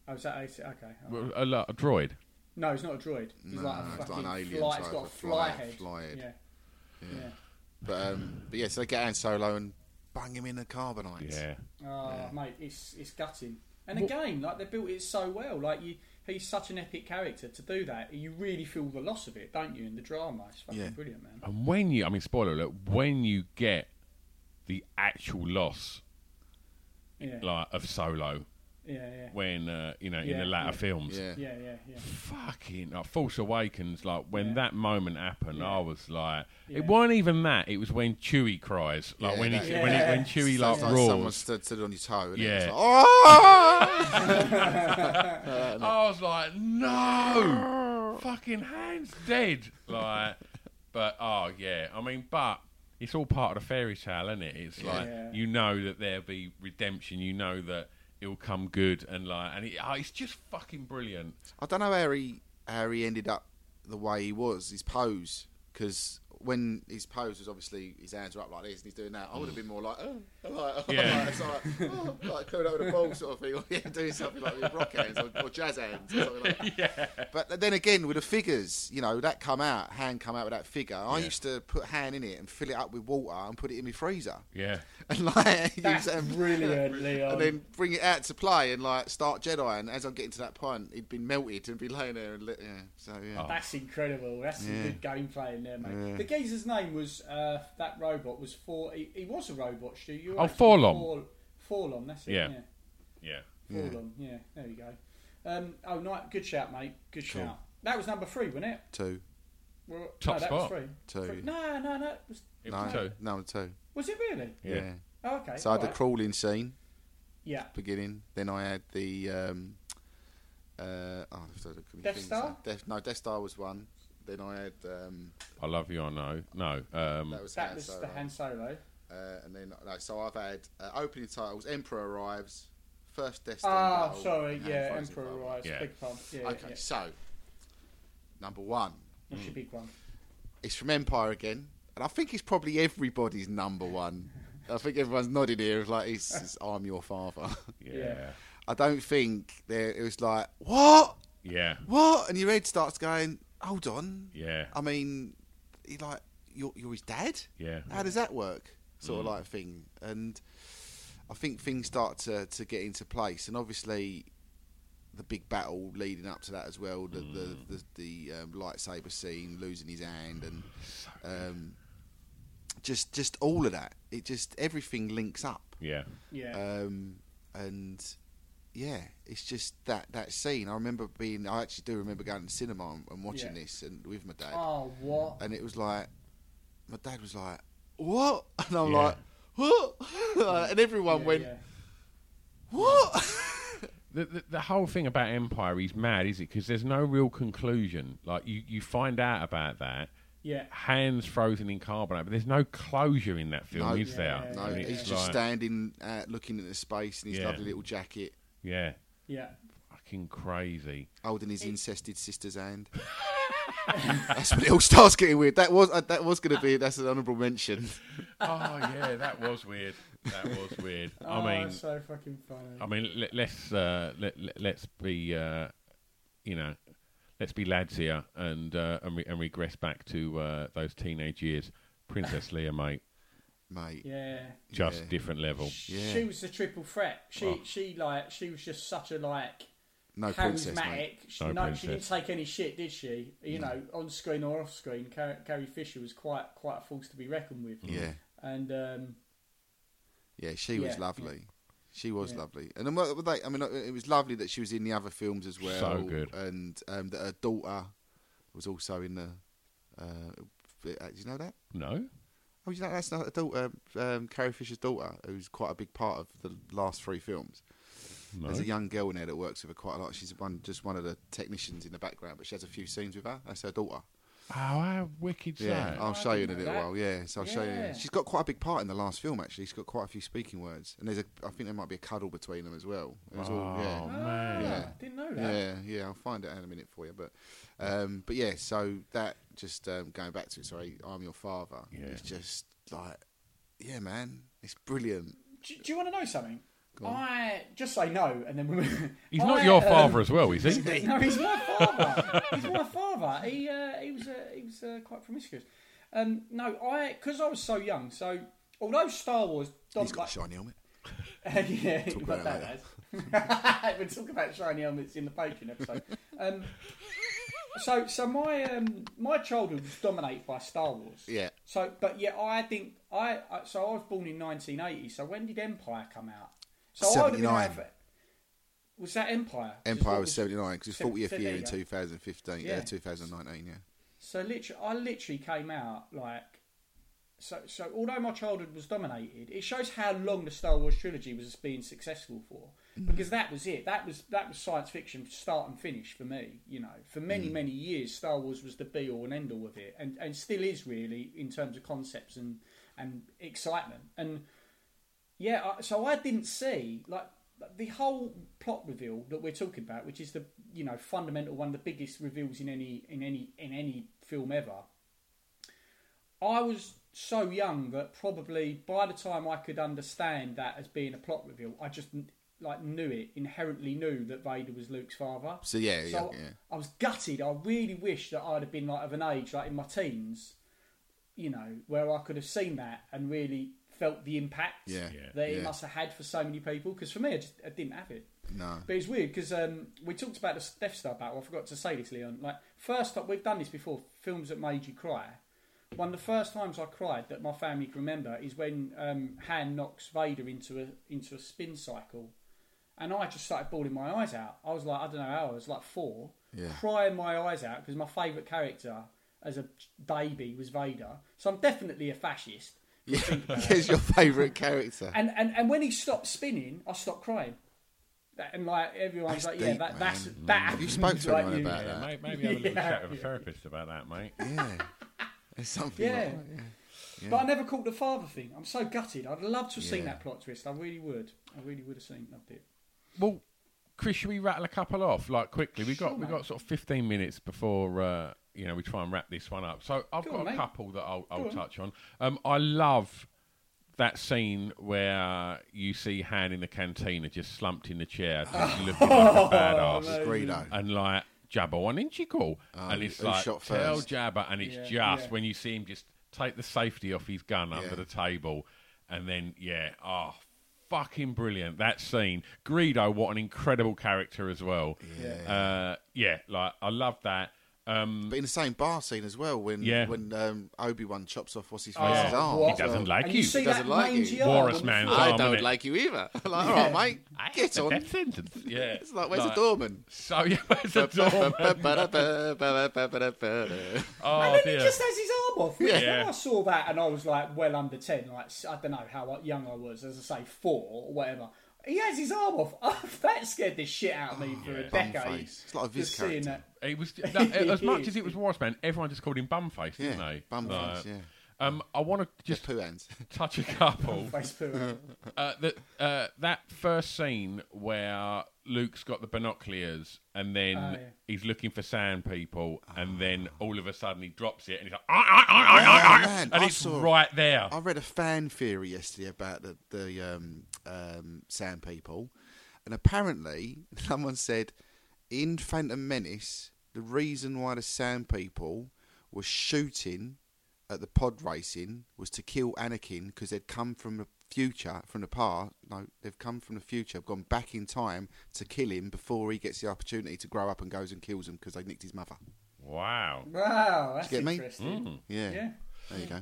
[SPEAKER 5] Oh, is that AC? Okay. all right.
[SPEAKER 7] Well, A, lo- a droid.
[SPEAKER 5] No, he's not a droid. He's
[SPEAKER 6] No,
[SPEAKER 5] like a
[SPEAKER 6] it's like an
[SPEAKER 5] fucking
[SPEAKER 6] alien
[SPEAKER 5] fly. It's
[SPEAKER 6] type
[SPEAKER 5] got a
[SPEAKER 6] of
[SPEAKER 5] fly
[SPEAKER 6] fly-
[SPEAKER 5] head.
[SPEAKER 6] fly head.
[SPEAKER 5] Yeah.
[SPEAKER 6] Yeah.
[SPEAKER 5] yeah.
[SPEAKER 6] But um, but yeah, so they get Han Solo and bang him in the carbonite.
[SPEAKER 7] Yeah.
[SPEAKER 5] Oh, mate, it's it's gutting. And again, like they built it so well. Like you, he's such an epic character to do that. You really feel the loss of it, don't you? In the drama, it's fucking
[SPEAKER 6] Yeah.
[SPEAKER 5] brilliant, man.
[SPEAKER 7] And when you, I mean, spoiler alert, when you get the actual loss
[SPEAKER 5] Yeah.
[SPEAKER 7] like of Solo.
[SPEAKER 5] Yeah, yeah.
[SPEAKER 7] When uh, you know in
[SPEAKER 5] Yeah,
[SPEAKER 7] the latter
[SPEAKER 5] yeah.
[SPEAKER 7] films,
[SPEAKER 5] Yeah. Yeah, yeah, yeah.
[SPEAKER 7] Fucking like, Force Awakens, like when that moment happened, I was like,
[SPEAKER 5] Yeah.
[SPEAKER 7] it wasn't even that. It was when Chewie cries, like
[SPEAKER 6] Yeah,
[SPEAKER 7] when he,
[SPEAKER 6] that-
[SPEAKER 7] when
[SPEAKER 6] yeah.
[SPEAKER 7] it, when Chewie
[SPEAKER 6] It's
[SPEAKER 7] like,
[SPEAKER 6] Someone
[SPEAKER 7] roars.
[SPEAKER 6] stood, stood on your toe. And
[SPEAKER 7] Yeah.
[SPEAKER 6] It "Oh!" was
[SPEAKER 7] I
[SPEAKER 6] like, oh!
[SPEAKER 7] was like, no, fucking hands dead. Like, but oh yeah, I mean, but it's all part of the fairy tale, isn't it? It's like
[SPEAKER 5] Yeah.
[SPEAKER 7] you know that there'll be redemption. You know that it'll come good, and like, and it, oh, it's just fucking brilliant.
[SPEAKER 6] I don't know how he how he ended up the way he was. His pose, because when his pose was obviously his hands were up like this and he's doing that, I would have been more like, oh, like,
[SPEAKER 8] Yeah.
[SPEAKER 6] like, it's like, oh, like coming over the ball sort of thing, or yeah, doing something like with rock hands or, or jazz hands or something like that. But then again, with the figures, you know, that come out, hand come out with that figure. I used to put hand in it and fill it up with water and put it in my freezer.
[SPEAKER 7] Yeah.
[SPEAKER 6] And
[SPEAKER 5] That's
[SPEAKER 6] like, use that-
[SPEAKER 5] brilliant, Leon.
[SPEAKER 6] And then bring it out to play and like start Jedi. And as I'm getting to that point, he'd been melted and be laying there and lit, yeah. So yeah,
[SPEAKER 5] That's incredible. That's some
[SPEAKER 6] Yeah.
[SPEAKER 5] good gameplay in there, mate.
[SPEAKER 6] Yeah.
[SPEAKER 5] The geezer's name was uh, that robot was for he, he was a robot, Stu. You were
[SPEAKER 7] Oh,
[SPEAKER 5] actually
[SPEAKER 7] Forlom.
[SPEAKER 5] For, Forlom, that's it.
[SPEAKER 7] Yeah.
[SPEAKER 5] Yeah,
[SPEAKER 7] Yeah.
[SPEAKER 5] Forlom. Yeah. there you go. Um, oh, no, good shout, mate. Good shout. That was number three, wasn't it?
[SPEAKER 6] two.
[SPEAKER 5] Well,
[SPEAKER 7] Top
[SPEAKER 5] no, that
[SPEAKER 7] spot.
[SPEAKER 5] Was three.
[SPEAKER 6] Two.
[SPEAKER 5] Three. No, no, no. It was,
[SPEAKER 7] It was two.
[SPEAKER 6] No, two.
[SPEAKER 5] was it really?
[SPEAKER 6] Yeah.
[SPEAKER 5] Oh, okay.
[SPEAKER 6] So I had the
[SPEAKER 5] alright.
[SPEAKER 6] crawling scene.
[SPEAKER 5] Yeah.
[SPEAKER 6] Beginning. Then I had the. Um, uh, oh, I've got to look at my
[SPEAKER 5] Death
[SPEAKER 6] things
[SPEAKER 5] Star?
[SPEAKER 6] now. Death, no, Death Star was one. Then I had. Um,
[SPEAKER 7] I love you. I know. No. Um,
[SPEAKER 6] that was,
[SPEAKER 5] That
[SPEAKER 6] Han
[SPEAKER 5] was the
[SPEAKER 6] Solo.
[SPEAKER 5] Han Solo.
[SPEAKER 6] Uh, and then no, so I've had uh, opening titles: Emperor arrives, first Destiny.
[SPEAKER 5] Ah,
[SPEAKER 6] Battle,
[SPEAKER 5] sorry.
[SPEAKER 6] and
[SPEAKER 5] Yeah,
[SPEAKER 6] Frozen
[SPEAKER 5] Emperor
[SPEAKER 6] Throne.
[SPEAKER 5] Rise.
[SPEAKER 7] Yeah.
[SPEAKER 5] Big pump. Yeah,
[SPEAKER 6] okay,
[SPEAKER 5] yeah.
[SPEAKER 6] so number one,
[SPEAKER 5] That's your
[SPEAKER 6] Mm.
[SPEAKER 5] big one.
[SPEAKER 6] it's from Empire again, and I think it's probably everybody's number one. I think everyone's nodding here, like it's, it's "I'm your father."
[SPEAKER 7] Yeah.
[SPEAKER 6] I don't think there. It was like what,
[SPEAKER 7] Yeah.
[SPEAKER 6] what, and your head starts going. Hold on.
[SPEAKER 7] Yeah.
[SPEAKER 6] I mean, he like you're you're his dad.
[SPEAKER 7] Yeah.
[SPEAKER 6] How does that work? Sort
[SPEAKER 7] Mm.
[SPEAKER 6] of like thing, and I think things start to to get into place, and obviously the big battle leading up to that as well. The
[SPEAKER 7] Mm.
[SPEAKER 6] the the, the um, lightsaber scene, losing his hand, and um, just just all of that. It just everything links up.
[SPEAKER 7] Yeah.
[SPEAKER 5] Yeah.
[SPEAKER 6] Um, and yeah, it's just that that scene. I remember being. I actually do remember going to the cinema and, and watching
[SPEAKER 5] Yeah.
[SPEAKER 6] this, and with my dad.
[SPEAKER 5] Oh, what?
[SPEAKER 6] And it was like, my dad was like, "What?" And I'm
[SPEAKER 7] Yeah.
[SPEAKER 6] like, "What?" and everyone
[SPEAKER 5] Yeah,
[SPEAKER 6] went,
[SPEAKER 5] yeah.
[SPEAKER 6] "What?"
[SPEAKER 7] the, the, the whole thing about Empire is mad, is it? Because there's no real conclusion. Like you, you find out about that.
[SPEAKER 5] Yeah.
[SPEAKER 7] Hands frozen in carbonate, but there's no closure in that film,
[SPEAKER 6] No.
[SPEAKER 7] is there?
[SPEAKER 6] No,
[SPEAKER 7] And
[SPEAKER 6] he's
[SPEAKER 7] it's
[SPEAKER 6] just
[SPEAKER 7] like-
[SPEAKER 6] standing, uh, looking into space in his
[SPEAKER 7] Yeah.
[SPEAKER 6] lovely little jacket,
[SPEAKER 7] Yeah.
[SPEAKER 5] Yeah.
[SPEAKER 7] Fucking crazy.
[SPEAKER 6] holding his incested sister's hand. that's when it all starts getting weird. That was uh, that was going to be that's an honourable mention.
[SPEAKER 7] Oh yeah, that was weird. That was weird.
[SPEAKER 5] oh,
[SPEAKER 7] I mean,
[SPEAKER 5] that's so fucking funny.
[SPEAKER 7] I mean, let, let's uh, let, let- let's be uh, you know, let's be lads here and uh, and, re- and regress back to uh, those teenage years. Princess Leia, mate,
[SPEAKER 6] mate.
[SPEAKER 5] Yeah.
[SPEAKER 7] just
[SPEAKER 6] Yeah.
[SPEAKER 7] different level.
[SPEAKER 6] Yeah.
[SPEAKER 5] She was the triple threat. She
[SPEAKER 7] Well.
[SPEAKER 5] she like she was just such a like
[SPEAKER 6] No princess,
[SPEAKER 5] charismatic.
[SPEAKER 6] mate. Mm.
[SPEAKER 5] She,
[SPEAKER 7] No
[SPEAKER 5] no, she didn't
[SPEAKER 7] princess.
[SPEAKER 5] take any shit, did she? You know, on screen or off screen, Car- Carrie Fisher was quite quite a force to be reckoned with.
[SPEAKER 6] Yeah.
[SPEAKER 5] And um,
[SPEAKER 6] Yeah, she was
[SPEAKER 5] Yeah.
[SPEAKER 6] lovely. She was
[SPEAKER 5] Yeah.
[SPEAKER 6] lovely, and then what were they? I mean, it was lovely that she was in the other films as well.
[SPEAKER 7] So good.
[SPEAKER 6] and um, that her daughter was also in the. Uh, bit- uh, do you know that?
[SPEAKER 7] No,
[SPEAKER 6] Oh, you know that's not a daughter, um, Carrie Fisher's daughter, who's quite a big part of the last three films.
[SPEAKER 7] no.
[SPEAKER 6] There's a young girl in there that works with her quite a lot. She's one, just one of the technicians in the background, but she has a few scenes with her. That's her daughter.
[SPEAKER 7] Oh, how wicked's
[SPEAKER 6] Yeah,
[SPEAKER 7] that?
[SPEAKER 6] I'll show you in a
[SPEAKER 5] didn't
[SPEAKER 6] little
[SPEAKER 5] know that.
[SPEAKER 6] while. Yeah, so I'll show
[SPEAKER 5] Yeah.
[SPEAKER 6] you. She's got quite a big part in the last film, actually. She's got quite a few speaking words, and there's a. I think there might be a cuddle between them as well. It was all,
[SPEAKER 7] Oh,
[SPEAKER 6] yeah.
[SPEAKER 7] man.
[SPEAKER 6] Yeah.
[SPEAKER 5] didn't know that.
[SPEAKER 6] Yeah, yeah, I'll find it out in a minute for you, but, um, but yeah. So that just um, going back to it. Sorry, I'm your father.
[SPEAKER 7] Yeah.
[SPEAKER 6] It's just like, yeah, man, it's brilliant.
[SPEAKER 5] Do, do you want to know something?
[SPEAKER 6] on.
[SPEAKER 5] I just say no, and then we.
[SPEAKER 7] He's
[SPEAKER 5] I,
[SPEAKER 7] not your
[SPEAKER 5] um,
[SPEAKER 7] father as well, is he?
[SPEAKER 5] No, he's my father. he's my father. He uh, he was uh, he was uh, quite promiscuous. Um, no, I because I was so young. So although Star Wars, dom-
[SPEAKER 6] He's got
[SPEAKER 5] like-
[SPEAKER 6] a shiny helmet.
[SPEAKER 5] yeah,
[SPEAKER 6] Talk
[SPEAKER 5] but
[SPEAKER 6] about
[SPEAKER 5] that has. We'll talk about shiny helmets in the Patreon episode. Um, so, so my um, my childhood was dominated by Star Wars.
[SPEAKER 6] Yeah.
[SPEAKER 5] So, but yeah, I think I I- so I was born in 1980. So when did Empire come out?
[SPEAKER 9] So I would have been
[SPEAKER 6] 79.
[SPEAKER 9] around for- Was that Empire?
[SPEAKER 6] Empire was 79 because it's
[SPEAKER 9] Seven-
[SPEAKER 6] 40th
[SPEAKER 9] so there
[SPEAKER 6] year
[SPEAKER 9] you
[SPEAKER 6] in
[SPEAKER 9] go.
[SPEAKER 6] 2015, yeah.
[SPEAKER 9] Yeah.
[SPEAKER 6] 2019, yeah.
[SPEAKER 9] So literally, I literally came out like,
[SPEAKER 5] So, so although my childhood was dominated, it shows how long the Star Wars trilogy was being successful for.
[SPEAKER 9] Mm.
[SPEAKER 5] Because that was it. That was that was science fiction start and finish for me. You know, for many
[SPEAKER 9] Mm.
[SPEAKER 5] many years, Star Wars was the be all and end all of it, and and still is really in terms of concepts and and excitement. And yeah, I, so I didn't see like the whole plot reveal that we're talking about, which is the you know fundamental one, of the biggest reveals in any in any in any film ever. I was so young that probably by the time I could understand that as being a plot reveal, I just like knew it inherently knew that Vader was Luke's father.
[SPEAKER 6] So, yeah,
[SPEAKER 5] So
[SPEAKER 6] yeah, yeah.
[SPEAKER 5] I was gutted. I really wish that I'd have been like of an age, like in my teens, you know, where I could have seen that and really felt the impact
[SPEAKER 6] Yeah, Yeah.
[SPEAKER 5] that
[SPEAKER 6] yeah.
[SPEAKER 5] it must have had for so many people. Because for me, I, just, I didn't have it.
[SPEAKER 6] No.
[SPEAKER 5] But it's weird because um, we talked about the Death Star battle. I forgot to say this, Leon. Like first, up, we've done this before. Films that made you cry. One of the first times I cried that my family can remember is when um, Han knocks Vader into a into a spin cycle, and I just started bawling my eyes out. I was like, I don't know how. I was like four,
[SPEAKER 6] Yeah.
[SPEAKER 5] crying my eyes out because my favourite character as a baby was Vader. So I'm definitely a fascist.
[SPEAKER 6] Yeah, here's your favourite character.
[SPEAKER 5] And, and and when he stopped spinning, I stopped crying. That- And like everyone's like, yeah,
[SPEAKER 6] deep,
[SPEAKER 5] that, that's
[SPEAKER 6] man.
[SPEAKER 5] that.
[SPEAKER 6] Have you
[SPEAKER 5] happens,
[SPEAKER 6] spoke to
[SPEAKER 5] like
[SPEAKER 6] anyone
[SPEAKER 5] you-
[SPEAKER 6] about
[SPEAKER 7] Yeah,
[SPEAKER 6] that?
[SPEAKER 7] may- maybe have a little
[SPEAKER 5] Yeah.
[SPEAKER 7] chat with a therapist about that, mate.
[SPEAKER 6] Yeah. It's something
[SPEAKER 5] Yeah.
[SPEAKER 6] like that, yeah. Yeah.
[SPEAKER 5] But I never caught the father thing. I'm so gutted. I'd love to have
[SPEAKER 7] Yeah.
[SPEAKER 5] seen that plot twist. I really would. I really would have seen. Loved it.
[SPEAKER 7] Well, Chris, should we rattle a couple off like quickly? We got
[SPEAKER 5] Sure,
[SPEAKER 7] we
[SPEAKER 5] mate.
[SPEAKER 7] got sort of fifteen minutes before uh, you know we try and wrap this one up. So I've
[SPEAKER 5] Go
[SPEAKER 7] got
[SPEAKER 5] on,
[SPEAKER 7] a
[SPEAKER 5] mate.
[SPEAKER 7] couple that I'll, I'll
[SPEAKER 5] Go on.
[SPEAKER 7] touch on. Um, I love that scene where you see Han in the cantina just slumped in the chair, just looking like a badass,
[SPEAKER 6] amazing. Greedo.
[SPEAKER 7] and like. Jabba, why didn't you call?
[SPEAKER 6] Oh,
[SPEAKER 7] and it's
[SPEAKER 6] who
[SPEAKER 7] like
[SPEAKER 6] shot
[SPEAKER 7] tell
[SPEAKER 6] first?
[SPEAKER 7] Jabba, and it's
[SPEAKER 6] Yeah,
[SPEAKER 7] just
[SPEAKER 6] yeah.
[SPEAKER 7] when you see him just take the safety off his gun under
[SPEAKER 6] Yeah.
[SPEAKER 7] the table, and then yeah, oh, fucking brilliant that scene. Greedo, what an incredible character as well. Yeah, uh, yeah, like I love that. Um,
[SPEAKER 6] But in the same bar scene as well, when
[SPEAKER 7] Yeah.
[SPEAKER 6] when um, Obi Wan chops off what's his
[SPEAKER 7] Oh,
[SPEAKER 6] face's arm,
[SPEAKER 7] what? He doesn't like And you you. see
[SPEAKER 6] He doesn't
[SPEAKER 7] that
[SPEAKER 6] like
[SPEAKER 7] mangy
[SPEAKER 6] you.
[SPEAKER 7] arm Walrus on the man's floor.
[SPEAKER 6] I
[SPEAKER 7] arm,
[SPEAKER 6] don't
[SPEAKER 7] innit?
[SPEAKER 6] like you either. like, all right, mate, get on.
[SPEAKER 7] That sentence, yeah.
[SPEAKER 6] It's like, where's the doorman?
[SPEAKER 7] So yeah, where's the
[SPEAKER 6] doorman?
[SPEAKER 5] and
[SPEAKER 7] oh
[SPEAKER 5] then
[SPEAKER 7] dear.
[SPEAKER 5] he just has his arm off. which
[SPEAKER 6] Yeah.
[SPEAKER 5] When I saw that and I was like, well under 10, like, I don't know how young I was, as I say, four or whatever. He has his arm off. that scared the shit out of me for a
[SPEAKER 6] Bum
[SPEAKER 5] decade.
[SPEAKER 6] face. Oh, It's like a Viz
[SPEAKER 5] just seeing
[SPEAKER 6] character.
[SPEAKER 7] It was no, as much as it was Walrus Man. Everyone just called him Bumface, didn't
[SPEAKER 6] Yeah,
[SPEAKER 7] they?
[SPEAKER 6] Bumface,
[SPEAKER 7] Like,
[SPEAKER 6] yeah.
[SPEAKER 7] Um, I want to just
[SPEAKER 6] poo hands.
[SPEAKER 7] touch a couple.
[SPEAKER 5] Bumface poo hands.
[SPEAKER 7] uh, that uh, that first scene where Luke's got the binoculars and then
[SPEAKER 5] Oh, yeah.
[SPEAKER 7] he's looking for sand people,
[SPEAKER 6] Ah.
[SPEAKER 7] and then all of a sudden he drops it and he's like, "Ah, ah, ah, ah, ah, ah,"
[SPEAKER 6] Oh, Man,
[SPEAKER 7] and
[SPEAKER 6] I
[SPEAKER 7] it's
[SPEAKER 6] saw-
[SPEAKER 7] right there.
[SPEAKER 6] I read a fan theory yesterday about the, the um, um, sand people, and apparently someone said in Phantom Menace the reason why the sand people were shooting at the pod racing was to kill Anakin because they'd come from the future, from the past. No, they've come from the future, gone back in time to kill him before he gets the opportunity to grow up and goes and kills him because they nicked his mother.
[SPEAKER 7] Wow.
[SPEAKER 5] Wow, that's
[SPEAKER 6] Get me?
[SPEAKER 5] interesting.
[SPEAKER 7] Mm. Hmm.
[SPEAKER 6] Yeah.
[SPEAKER 5] Yeah.
[SPEAKER 6] There you go.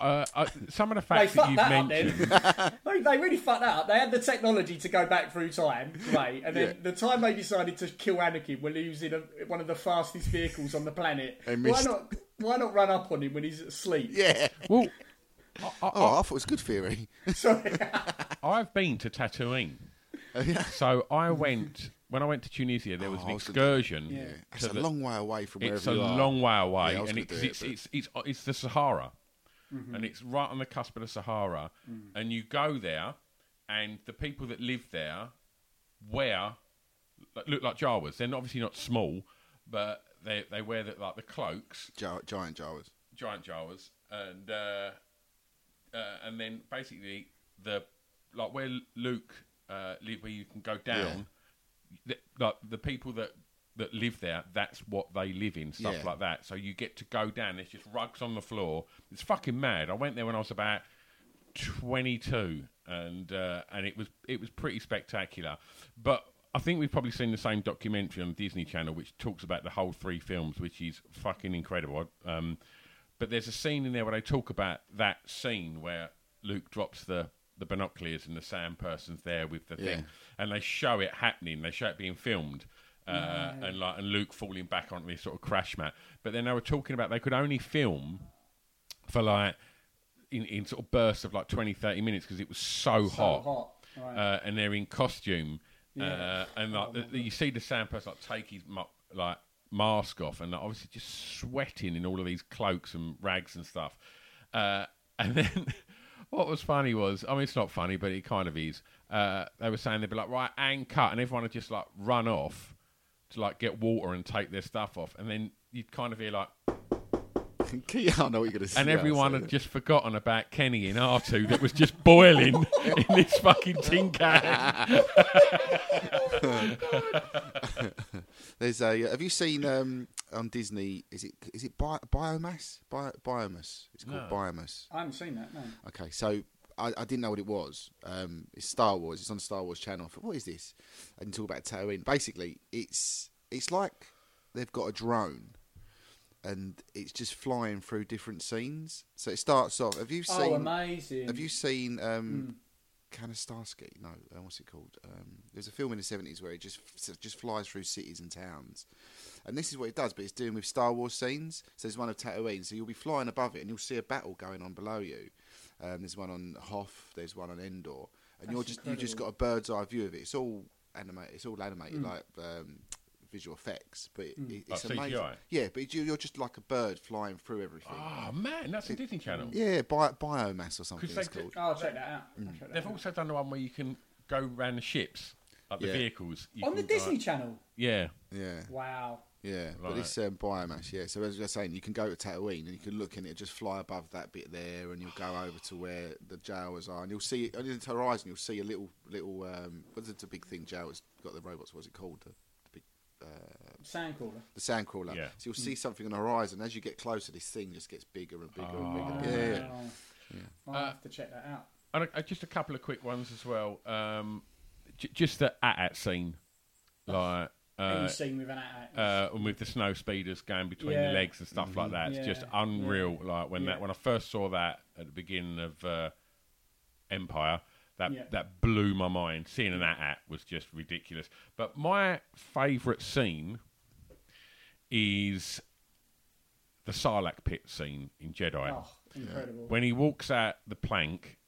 [SPEAKER 7] Uh, uh, some of the
[SPEAKER 5] They
[SPEAKER 7] facts that
[SPEAKER 5] fucked
[SPEAKER 7] you've
[SPEAKER 5] that
[SPEAKER 7] mentioned.
[SPEAKER 5] up then. they, they really fucked that up. They had the technology to go back through time, right? And then the time they decided to kill Anakin when he was in a, one of the fastest vehicles on the planet.
[SPEAKER 6] They
[SPEAKER 5] Why
[SPEAKER 6] missed.
[SPEAKER 5] not? Why not run up on him when he's asleep?
[SPEAKER 6] Yeah.
[SPEAKER 7] Well,
[SPEAKER 6] oh, I thought it was good theory.
[SPEAKER 7] I've been to Tatooine. So I went when I went to Tunisia. There was
[SPEAKER 6] Oh, I
[SPEAKER 7] an
[SPEAKER 6] was gonna-
[SPEAKER 7] excursion.
[SPEAKER 6] yeah.
[SPEAKER 7] to
[SPEAKER 6] That's a
[SPEAKER 7] the-
[SPEAKER 6] long way away from
[SPEAKER 7] It's
[SPEAKER 6] wherever
[SPEAKER 7] a
[SPEAKER 6] you are.
[SPEAKER 7] long way away,
[SPEAKER 6] Yeah, I was
[SPEAKER 7] and
[SPEAKER 6] gonna
[SPEAKER 7] it's
[SPEAKER 6] do it,
[SPEAKER 7] it's,
[SPEAKER 6] but-
[SPEAKER 7] it's it's uh, it's the Sahara,
[SPEAKER 6] Mhm.
[SPEAKER 7] and it's right on the cusp of the Sahara.
[SPEAKER 6] Mhm.
[SPEAKER 7] And you go there, and the people that live there wear look like Jawas. They're obviously not small, but they they wear the, like the cloaks,
[SPEAKER 6] Gi- giant Jawas.
[SPEAKER 7] giant Jawas, and uh, uh, and then basically the like where Luke uh, live, where you can go down, th like the people that that live there, that's what they live in, stuff
[SPEAKER 6] Yeah.
[SPEAKER 7] like that. So you get to go down. There's just rugs on the floor. It's fucking mad. I went there when I was about twenty two, and uh, and it was it was pretty spectacular, but. I think we've probably seen the same documentary on Disney Channel, which talks about the whole three films, which is fucking incredible. I- Um, but there's a scene in there where they talk about that scene where Luke drops the the binoculars and the sound person's there with the
[SPEAKER 6] Yeah.
[SPEAKER 7] thing, and they show it happening. They show it being filmed. Uh,
[SPEAKER 6] No.
[SPEAKER 7] And like and Luke falling back onto this sort of crash mat, but then they were talking about they could only film for like in, in sort of bursts of like 20, 30 minutes because it was so,
[SPEAKER 5] So
[SPEAKER 7] hot,
[SPEAKER 5] hot, right.
[SPEAKER 7] uh, and they're in costume,
[SPEAKER 5] Yeah.
[SPEAKER 7] uh, and like the, you see the sound person like take his mu- like mask off, and like, obviously just sweating in all of these cloaks and rags and stuff, uh, and then. What was funny was, I mean, it's not funny, but it kind of is. Uh, they were saying they'd be like, right, and cut, and everyone would just like run off to like get water and take their stuff off, and then you'd kind of hear like,
[SPEAKER 6] yeah, I know what you're going to say.
[SPEAKER 7] and everyone
[SPEAKER 6] Yeah,
[SPEAKER 7] had just forgotten about Kenny in R2 that was just boiling in this fucking tin
[SPEAKER 6] Ah,
[SPEAKER 7] can.
[SPEAKER 6] There's a. uh, Have you seen um, on Disney? Is it is it bi- biomass? Bio- biomass. It's called
[SPEAKER 5] No.
[SPEAKER 6] biomass.
[SPEAKER 5] I haven't seen that. No.
[SPEAKER 6] Okay, so I, I didn't know what it was. Um, it's Star Wars. It's on the Star Wars channel. I thought, what is this? And talk about Tatooine. Basically, it's it's like they've got a drone, and it's just flying through different scenes. So it starts off. Have you
[SPEAKER 5] Oh,
[SPEAKER 6] seen?
[SPEAKER 5] amazing.
[SPEAKER 6] Have you seen?
[SPEAKER 5] Hmm.
[SPEAKER 6] Um, Kanastarsky, no, uh, what's it called? Um, there's a film in the 70s where it just f- just flies through cities and towns, and this is what it does, but it's doing with Star Wars scenes. So there's one of Tatooine, so you'll be flying above it and you'll see a battle going on below you. Um, there's one on Hoth, there's one on Endor, and
[SPEAKER 5] That's
[SPEAKER 6] you're just you just got
[SPEAKER 5] incredible.
[SPEAKER 6] a bird's eye view of it. It's all animated. It's all animated
[SPEAKER 5] Mm.
[SPEAKER 6] like um, visual effects, but it,
[SPEAKER 5] Mm.
[SPEAKER 6] it-
[SPEAKER 7] Like
[SPEAKER 6] it's amazing.
[SPEAKER 7] CGI?
[SPEAKER 6] Yeah, but you, you're just like a bird flying through everything.
[SPEAKER 7] oh, man, that's a Disney Channel.
[SPEAKER 6] Yeah, bi- biomass or something.
[SPEAKER 7] Because
[SPEAKER 6] It's
[SPEAKER 7] they-
[SPEAKER 6] called.
[SPEAKER 5] Oh, I'll check that out.
[SPEAKER 6] Mm.
[SPEAKER 5] I'll check that
[SPEAKER 7] They've
[SPEAKER 5] out.
[SPEAKER 7] also done the one where you can go round the ships, like the
[SPEAKER 6] Yeah.
[SPEAKER 7] vehicles. You
[SPEAKER 5] on the
[SPEAKER 7] can, like-
[SPEAKER 5] Disney Channel.
[SPEAKER 7] Yeah.
[SPEAKER 6] Yeah.
[SPEAKER 5] Wow.
[SPEAKER 6] Yeah, but
[SPEAKER 7] Right.
[SPEAKER 6] this um, biomass, yeah. So as I was saying, you can go to Tatooine and you can look and it'll just fly above that bit there, and you'll go over to where the jailers are, and you'll see on the horizon you'll see a little little um, what's the big thing jailers got the robots? What's it called? The, big, uh,
[SPEAKER 5] Sandcrawler.
[SPEAKER 6] the sandcrawler.
[SPEAKER 7] Yeah.
[SPEAKER 6] So you'll see something on the horizon. As you get closer, this thing just gets bigger and bigger
[SPEAKER 7] Ah,
[SPEAKER 6] and bigger. Yeah, yeah.
[SPEAKER 5] Wow. I'll have to check that out.
[SPEAKER 7] And uh, just a couple of quick ones as well. Um, j- just the at-at scene.
[SPEAKER 5] Oh.
[SPEAKER 7] Like, uh,
[SPEAKER 5] Any scene with an at
[SPEAKER 7] uh, and with the snow speeders going between
[SPEAKER 5] Yeah. Mm-hmm.
[SPEAKER 7] the legs and stuff like that. It's just
[SPEAKER 5] Yeah.
[SPEAKER 7] unreal. Like when
[SPEAKER 5] Yeah.
[SPEAKER 7] that when I first saw that at the beginning of uh, Empire, that
[SPEAKER 5] Yeah.
[SPEAKER 7] that blew my mind. Seeing an at at was just ridiculous. But my favourite scene is the Sarlacc pit scene in Jedi
[SPEAKER 5] Oh, incredible.
[SPEAKER 7] when he walks out the plank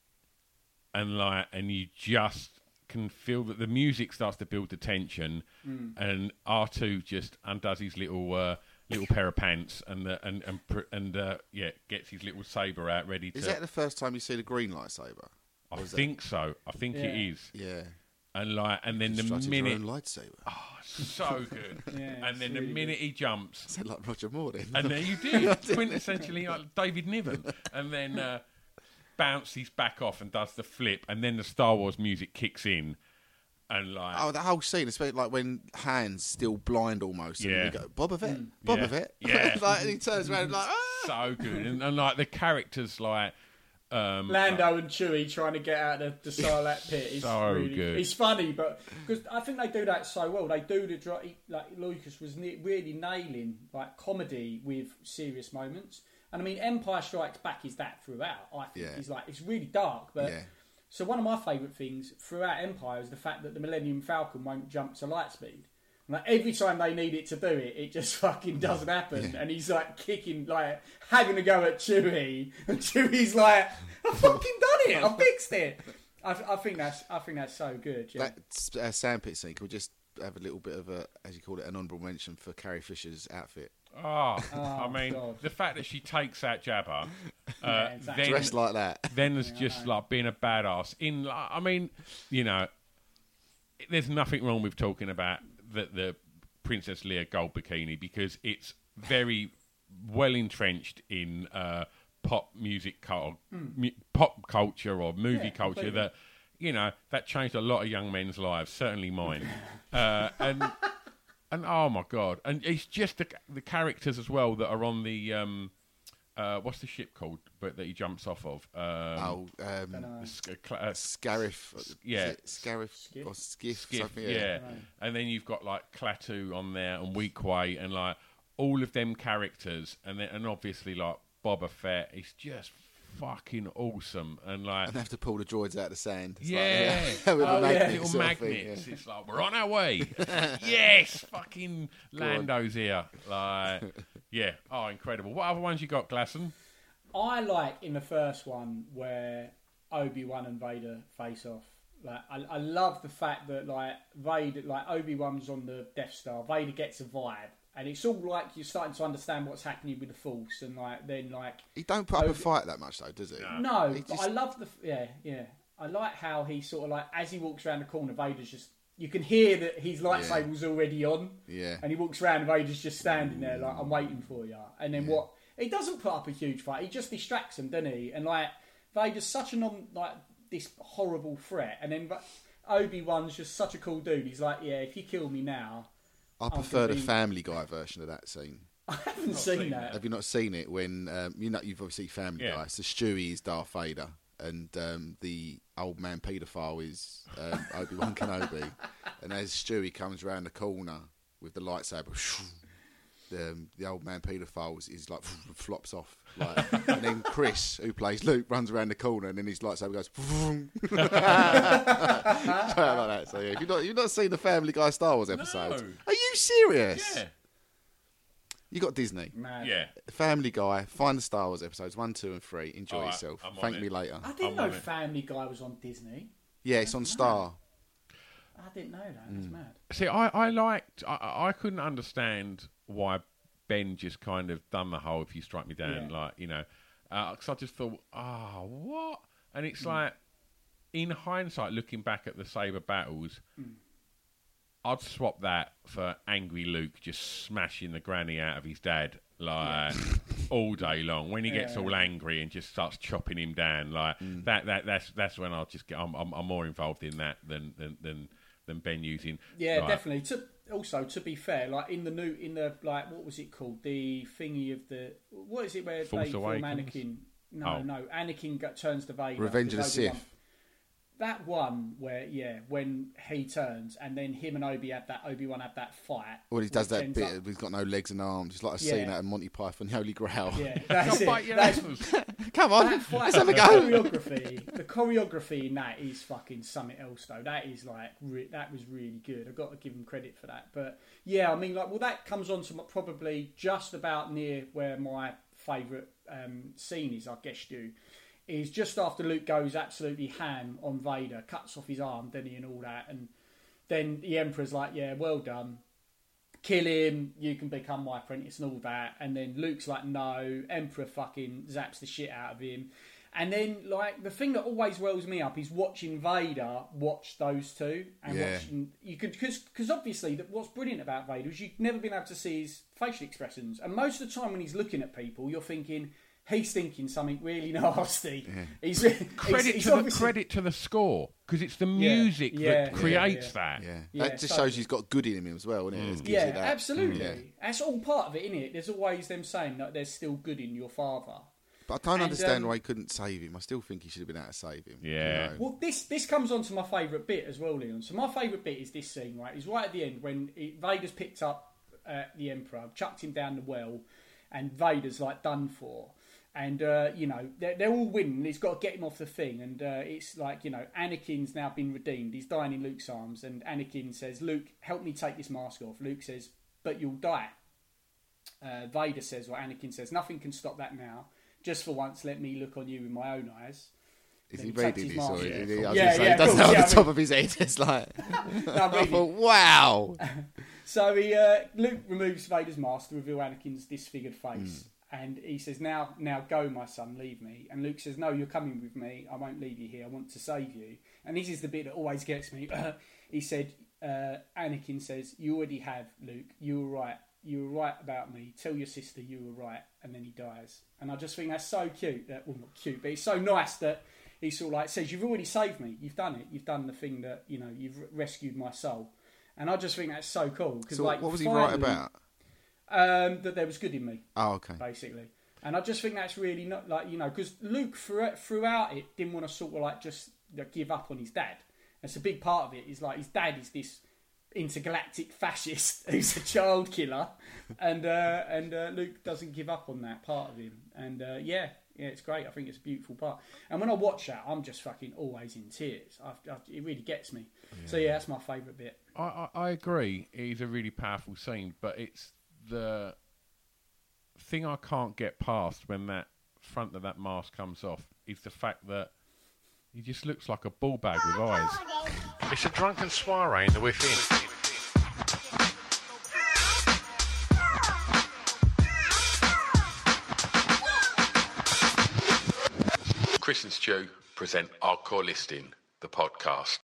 [SPEAKER 7] and like and you just can feel that the music starts to build the tension
[SPEAKER 5] Mm.
[SPEAKER 7] and R2 just undoes his little uh, little pair of pants and the, and and pr- and uh, yeah gets his little saber out ready to
[SPEAKER 6] Is that the first time you see the green lightsaber?
[SPEAKER 7] I
[SPEAKER 6] Or is that-
[SPEAKER 7] think so I think
[SPEAKER 5] Yeah.
[SPEAKER 7] it is
[SPEAKER 6] Yeah.
[SPEAKER 7] and like and then the
[SPEAKER 6] Constructed your
[SPEAKER 7] minute
[SPEAKER 6] own lightsaber.
[SPEAKER 7] oh so good
[SPEAKER 5] Yeah,
[SPEAKER 7] and then the
[SPEAKER 5] it's really
[SPEAKER 7] minute he jumps
[SPEAKER 6] Is that like Roger Moore then?
[SPEAKER 7] and there you did quintessentially like David Niven, and then uh, bounces back off and does the flip, and then the Star Wars music kicks in, and like
[SPEAKER 6] Oh, that whole scene, especially like when Han's still blind almost. And
[SPEAKER 7] Yeah.
[SPEAKER 6] you go, Boba Fett, Boba
[SPEAKER 7] yeah,
[SPEAKER 6] Fett.
[SPEAKER 7] yeah.
[SPEAKER 6] like, and he turns around like, ah!
[SPEAKER 7] so good, and, and like the characters like um,
[SPEAKER 5] Lando and Chewie trying to get out of the Sarlacc pit. It's
[SPEAKER 7] So
[SPEAKER 5] really,
[SPEAKER 7] good.
[SPEAKER 5] It's funny, but because I think they do that so well. They do the dri- like Lucas was ne- really nailing like comedy with serious moments. And I mean, Empire Strikes Back is that throughout. I think
[SPEAKER 6] Yeah.
[SPEAKER 5] it's like it's really dark, but
[SPEAKER 6] Yeah.
[SPEAKER 5] so one of my favourite things throughout Empire is the fact that the Millennium Falcon won't jump to light speed. And, Like every time they need it to do it, it just fucking doesn't happen. And he's like kicking, like having a go at Chewie, and Chewie's like, "I fucking done it! I fixed it." I, I think that's I think that's so good. Yeah,
[SPEAKER 6] That s- uh, sandpit scene, could we just have a little bit of a, as you call it, an honourable mention for Carrie Fisher's outfit?
[SPEAKER 7] Oh, I mean,
[SPEAKER 5] God.
[SPEAKER 7] the fact that she takes out Jabba, uh,
[SPEAKER 5] exactly.
[SPEAKER 7] then,
[SPEAKER 6] Dressed like that.
[SPEAKER 7] then it's just like being a badass. In, like, I mean, you know, there's nothing wrong with talking about the, the Princess Leia gold bikini because it's very well entrenched in uh, pop music, cul- mu- pop culture, or movie
[SPEAKER 5] Hmm. Yeah,
[SPEAKER 7] culture
[SPEAKER 5] completely.
[SPEAKER 7] that. You know that changed a lot of young men's lives, certainly mine. uh, and and oh my god, and it's just the the characters as well that are on the um, uh, what's the ship called? But that he jumps off of. Um,
[SPEAKER 6] oh, um,
[SPEAKER 7] the sc- cl- uh,
[SPEAKER 6] Scariff.
[SPEAKER 7] S- yeah.
[SPEAKER 6] is it Scariff or Skiff.
[SPEAKER 7] skiff,
[SPEAKER 6] something,
[SPEAKER 7] yeah. And then you've got like Klaatu on there and Weekway and like all of them characters, and then and obviously like Boba Fett. It's just fucking awesome. And like,
[SPEAKER 6] and they have to pull the droids out of the sand. It's
[SPEAKER 7] yeah,
[SPEAKER 6] like, with a
[SPEAKER 7] Oh, yeah.
[SPEAKER 6] magnet
[SPEAKER 7] little
[SPEAKER 6] sort of thing,
[SPEAKER 7] magnets.
[SPEAKER 6] yeah.
[SPEAKER 7] It's like we're on our way. yes, fucking
[SPEAKER 6] Go on.
[SPEAKER 7] Lando's here. Like, yeah, oh, incredible. What other ones you got, Glasson?
[SPEAKER 5] I like in the first one where Obi Wan and Vader face off. Like I, I love the fact that like Vader, like Obi Wan's on the Death Star. Vader gets a vibe, and it's all like you're starting to understand what's happening with the Force, and like then like
[SPEAKER 6] He don't put up a fight that much though, does he?
[SPEAKER 5] no,
[SPEAKER 6] He
[SPEAKER 5] but
[SPEAKER 6] just-
[SPEAKER 5] I love the yeah yeah. I like how he sort of like as he walks around the corner, Vader's just you can hear that his lightsaber's already on.
[SPEAKER 6] Yeah.
[SPEAKER 5] and he walks around, Vader's just standing there like I'm waiting for you. And then what? He doesn't put up a huge fight. He just distracts him, doesn't he? And like Vader's such a non like this horrible threat, and then Obi Wan's just such a cool dude. He's like, yeah, if you kill me now,
[SPEAKER 6] I
[SPEAKER 5] I'm
[SPEAKER 6] prefer the
[SPEAKER 5] gonna be-
[SPEAKER 6] Family Guy version of that scene.
[SPEAKER 5] I haven't seen, that.
[SPEAKER 6] Have you not seen it? When um, you know you've obviously Family
[SPEAKER 5] Yeah.
[SPEAKER 6] Guy. So Stewie is Darth Vader, and um, the old man paedophile is um, Obi Wan Kenobi. And as Stewie comes around the corner with the lightsaber, the, um, the old man paedophile is, is like flops off. Like, and then Chris, who plays Luke, runs around the corner, and then his lightsaber goes. Straight out like that. So yeah, if you've not, you've not seen the Family Guy Star Wars episode, are you serious?
[SPEAKER 7] Yeah.
[SPEAKER 6] You got Disney.
[SPEAKER 5] Mad.
[SPEAKER 7] Yeah.
[SPEAKER 6] Family Guy, find the Star Wars episodes one, two, and three. Enjoy
[SPEAKER 7] All right,
[SPEAKER 6] yourself.
[SPEAKER 7] I'm on
[SPEAKER 6] Thank
[SPEAKER 7] it.
[SPEAKER 6] me later.
[SPEAKER 5] I didn't know Family Guy was on Disney.
[SPEAKER 6] Yeah, it's on Star.
[SPEAKER 5] I didn't know that. That's
[SPEAKER 6] Mm.
[SPEAKER 5] mad.
[SPEAKER 7] See, I, I liked, I- I, I couldn't understand why Ben just kind of done the whole if you strike me down,
[SPEAKER 5] Yeah.
[SPEAKER 7] like, you know, because I just thought, ah, what? And
[SPEAKER 5] Mm.
[SPEAKER 7] it's like, in hindsight, looking back at the Sabre battles,
[SPEAKER 5] Mm.
[SPEAKER 7] I'd swap that for angry Luke just smashing the granny out of his dad like all day long. When he gets
[SPEAKER 5] Yeah. Mm.
[SPEAKER 7] all angry and just starts chopping him down, like that, that that's that's when I'll just get. I'm, I'm, I'm more involved in that than than than, than Ben using.
[SPEAKER 5] Yeah,
[SPEAKER 7] like,
[SPEAKER 5] definitely. To also to be fair, like in the new in the like what was it called? The thingy of the what is it where
[SPEAKER 7] Force
[SPEAKER 5] they form
[SPEAKER 7] Awakens?
[SPEAKER 5] Anakin? No,
[SPEAKER 7] Oh.
[SPEAKER 5] no, Anakin got, turns to Vader.
[SPEAKER 6] Revenge of the
[SPEAKER 5] because Obi-Wan-
[SPEAKER 6] Sith.
[SPEAKER 5] That one where yeah, when he turns and then him and Obi have that Obi Wan have that fight.
[SPEAKER 6] Well, he does
[SPEAKER 5] which
[SPEAKER 6] that
[SPEAKER 5] ends
[SPEAKER 6] bit.
[SPEAKER 5] up-
[SPEAKER 6] of He's got no legs and arms. It's like a
[SPEAKER 5] Yeah.
[SPEAKER 6] scene out of Monty Python, The Holy Grail.
[SPEAKER 5] Yeah, that's it.
[SPEAKER 7] bite your
[SPEAKER 5] That's-
[SPEAKER 7] ankles.
[SPEAKER 6] Come on,
[SPEAKER 5] that fight,
[SPEAKER 6] let's have a
[SPEAKER 5] the
[SPEAKER 6] go.
[SPEAKER 5] choreography, the choreography in that is fucking something else, though. That is like re- that was really good. I've got to give him credit for that. But yeah, I mean, like, well, that comes on to my, probably just about near where my favourite um, scene is. I guess you is just after Luke goes absolutely ham on Vader, cuts off his arm, doesn't he, and all that, and then the Emperor's like, "Yeah, well done." kill him, you can become my apprentice and all that. And then Luke's like, no, Emperor fucking zaps the shit out of him. And then, like, the thing that always wells me up is watching Vader watch those two. And
[SPEAKER 6] Yeah.
[SPEAKER 5] watching, you could, because obviously, that what's brilliant about Vader is you've never been able to see his facial expressions. And most of the time when he's looking at people, you're thinking, he's thinking something really nasty. He's, he's-
[SPEAKER 7] credit
[SPEAKER 5] he's
[SPEAKER 7] to the
[SPEAKER 5] obviously-
[SPEAKER 7] credit to the score because it's the music
[SPEAKER 5] yeah,
[SPEAKER 7] that creates that.
[SPEAKER 6] Yeah,
[SPEAKER 5] Yeah,
[SPEAKER 6] that
[SPEAKER 5] so-
[SPEAKER 6] just
[SPEAKER 5] Mm.
[SPEAKER 6] shows he's got good in him as well, isn't it? It gives you
[SPEAKER 5] Yeah,
[SPEAKER 6] that-
[SPEAKER 5] absolutely.
[SPEAKER 6] Yeah.
[SPEAKER 5] That's all part of it, isn't it? There's always them saying that there's still good in your father.
[SPEAKER 6] But I don't
[SPEAKER 5] And,
[SPEAKER 6] understand
[SPEAKER 5] um,
[SPEAKER 6] why he couldn't save him. I still think he should have been able to save him. you
[SPEAKER 7] Yeah.
[SPEAKER 6] know.
[SPEAKER 5] Well, this this comes on to my favourite bit as well, Leon. So my favourite bit is this scene, right? Is right at the end when it, Vader's picked up uh, the Emperor, chucked him down the well, and Vader's like done for. And uh, you know they're, they're all winning. He's got to get him off the thing, and uh, it's like you know Anakin's now been redeemed. He's dying in Luke's arms, and Anakin says, "Luke, help me take this mask off." Luke says, "But you'll die." uh, Vader says, or Anakin says, nothing can stop that now. Just for once, let me look on you with my own eyes.
[SPEAKER 6] Is
[SPEAKER 5] Then
[SPEAKER 6] he
[SPEAKER 5] tucked
[SPEAKER 6] ready?
[SPEAKER 5] his
[SPEAKER 6] This or
[SPEAKER 5] mask-
[SPEAKER 6] is
[SPEAKER 5] yeah,
[SPEAKER 6] he? I
[SPEAKER 5] of
[SPEAKER 6] was
[SPEAKER 5] course.
[SPEAKER 6] gonna say,
[SPEAKER 5] Yeah,
[SPEAKER 6] he doesn't
[SPEAKER 5] yeah,
[SPEAKER 6] know
[SPEAKER 5] of
[SPEAKER 6] on the
[SPEAKER 5] course,
[SPEAKER 6] top of his head. It's like, I thought, wow.
[SPEAKER 5] So he, uh, Luke removes Vader's mask to reveal Anakin's disfigured face, and he says, "Now, now go, my son, leave me." And Luke says, "No, you're coming with me. I won't leave you here. I want to save you." And this is the bit that always gets me. he said, uh, "Anakin says, you already have, Luke. You were right. You were right about me. Tell your sister you were right." And then he dies. And I just think that's so cute. That well, not cute, but it's so nice that. He sort of like says, "You've already saved me. You've done it. You've done the thing that you know. You've rescued my soul." And I just think that's so cool because
[SPEAKER 6] So
[SPEAKER 5] like
[SPEAKER 6] what was he
[SPEAKER 5] finally,
[SPEAKER 6] right about?
[SPEAKER 5] Um, that there was good in me,
[SPEAKER 6] Oh, okay.
[SPEAKER 5] basically. And I just think that's really not like you know because Luke thro- throughout it didn't want to sort of like just like, give up on his dad. That's a big part of it. Is like his dad is this intergalactic fascist who's a child killer, and uh, and uh, Luke doesn't give up on that part of him. And uh, yeah, yeah, it's great. I think it's a beautiful part. And when I watch that, I'm just fucking always in tears. I, I, it really gets me. So yeah, that's my favourite bit.
[SPEAKER 7] I, I, I agree. It is a really powerful scene, but it's the thing I can't get past when that front of that mask comes off is the fact that he just looks like a ball bag with eyes. It's a drunken soiree in the within.
[SPEAKER 4] Chris and Stu present Our Core Listing, the podcast.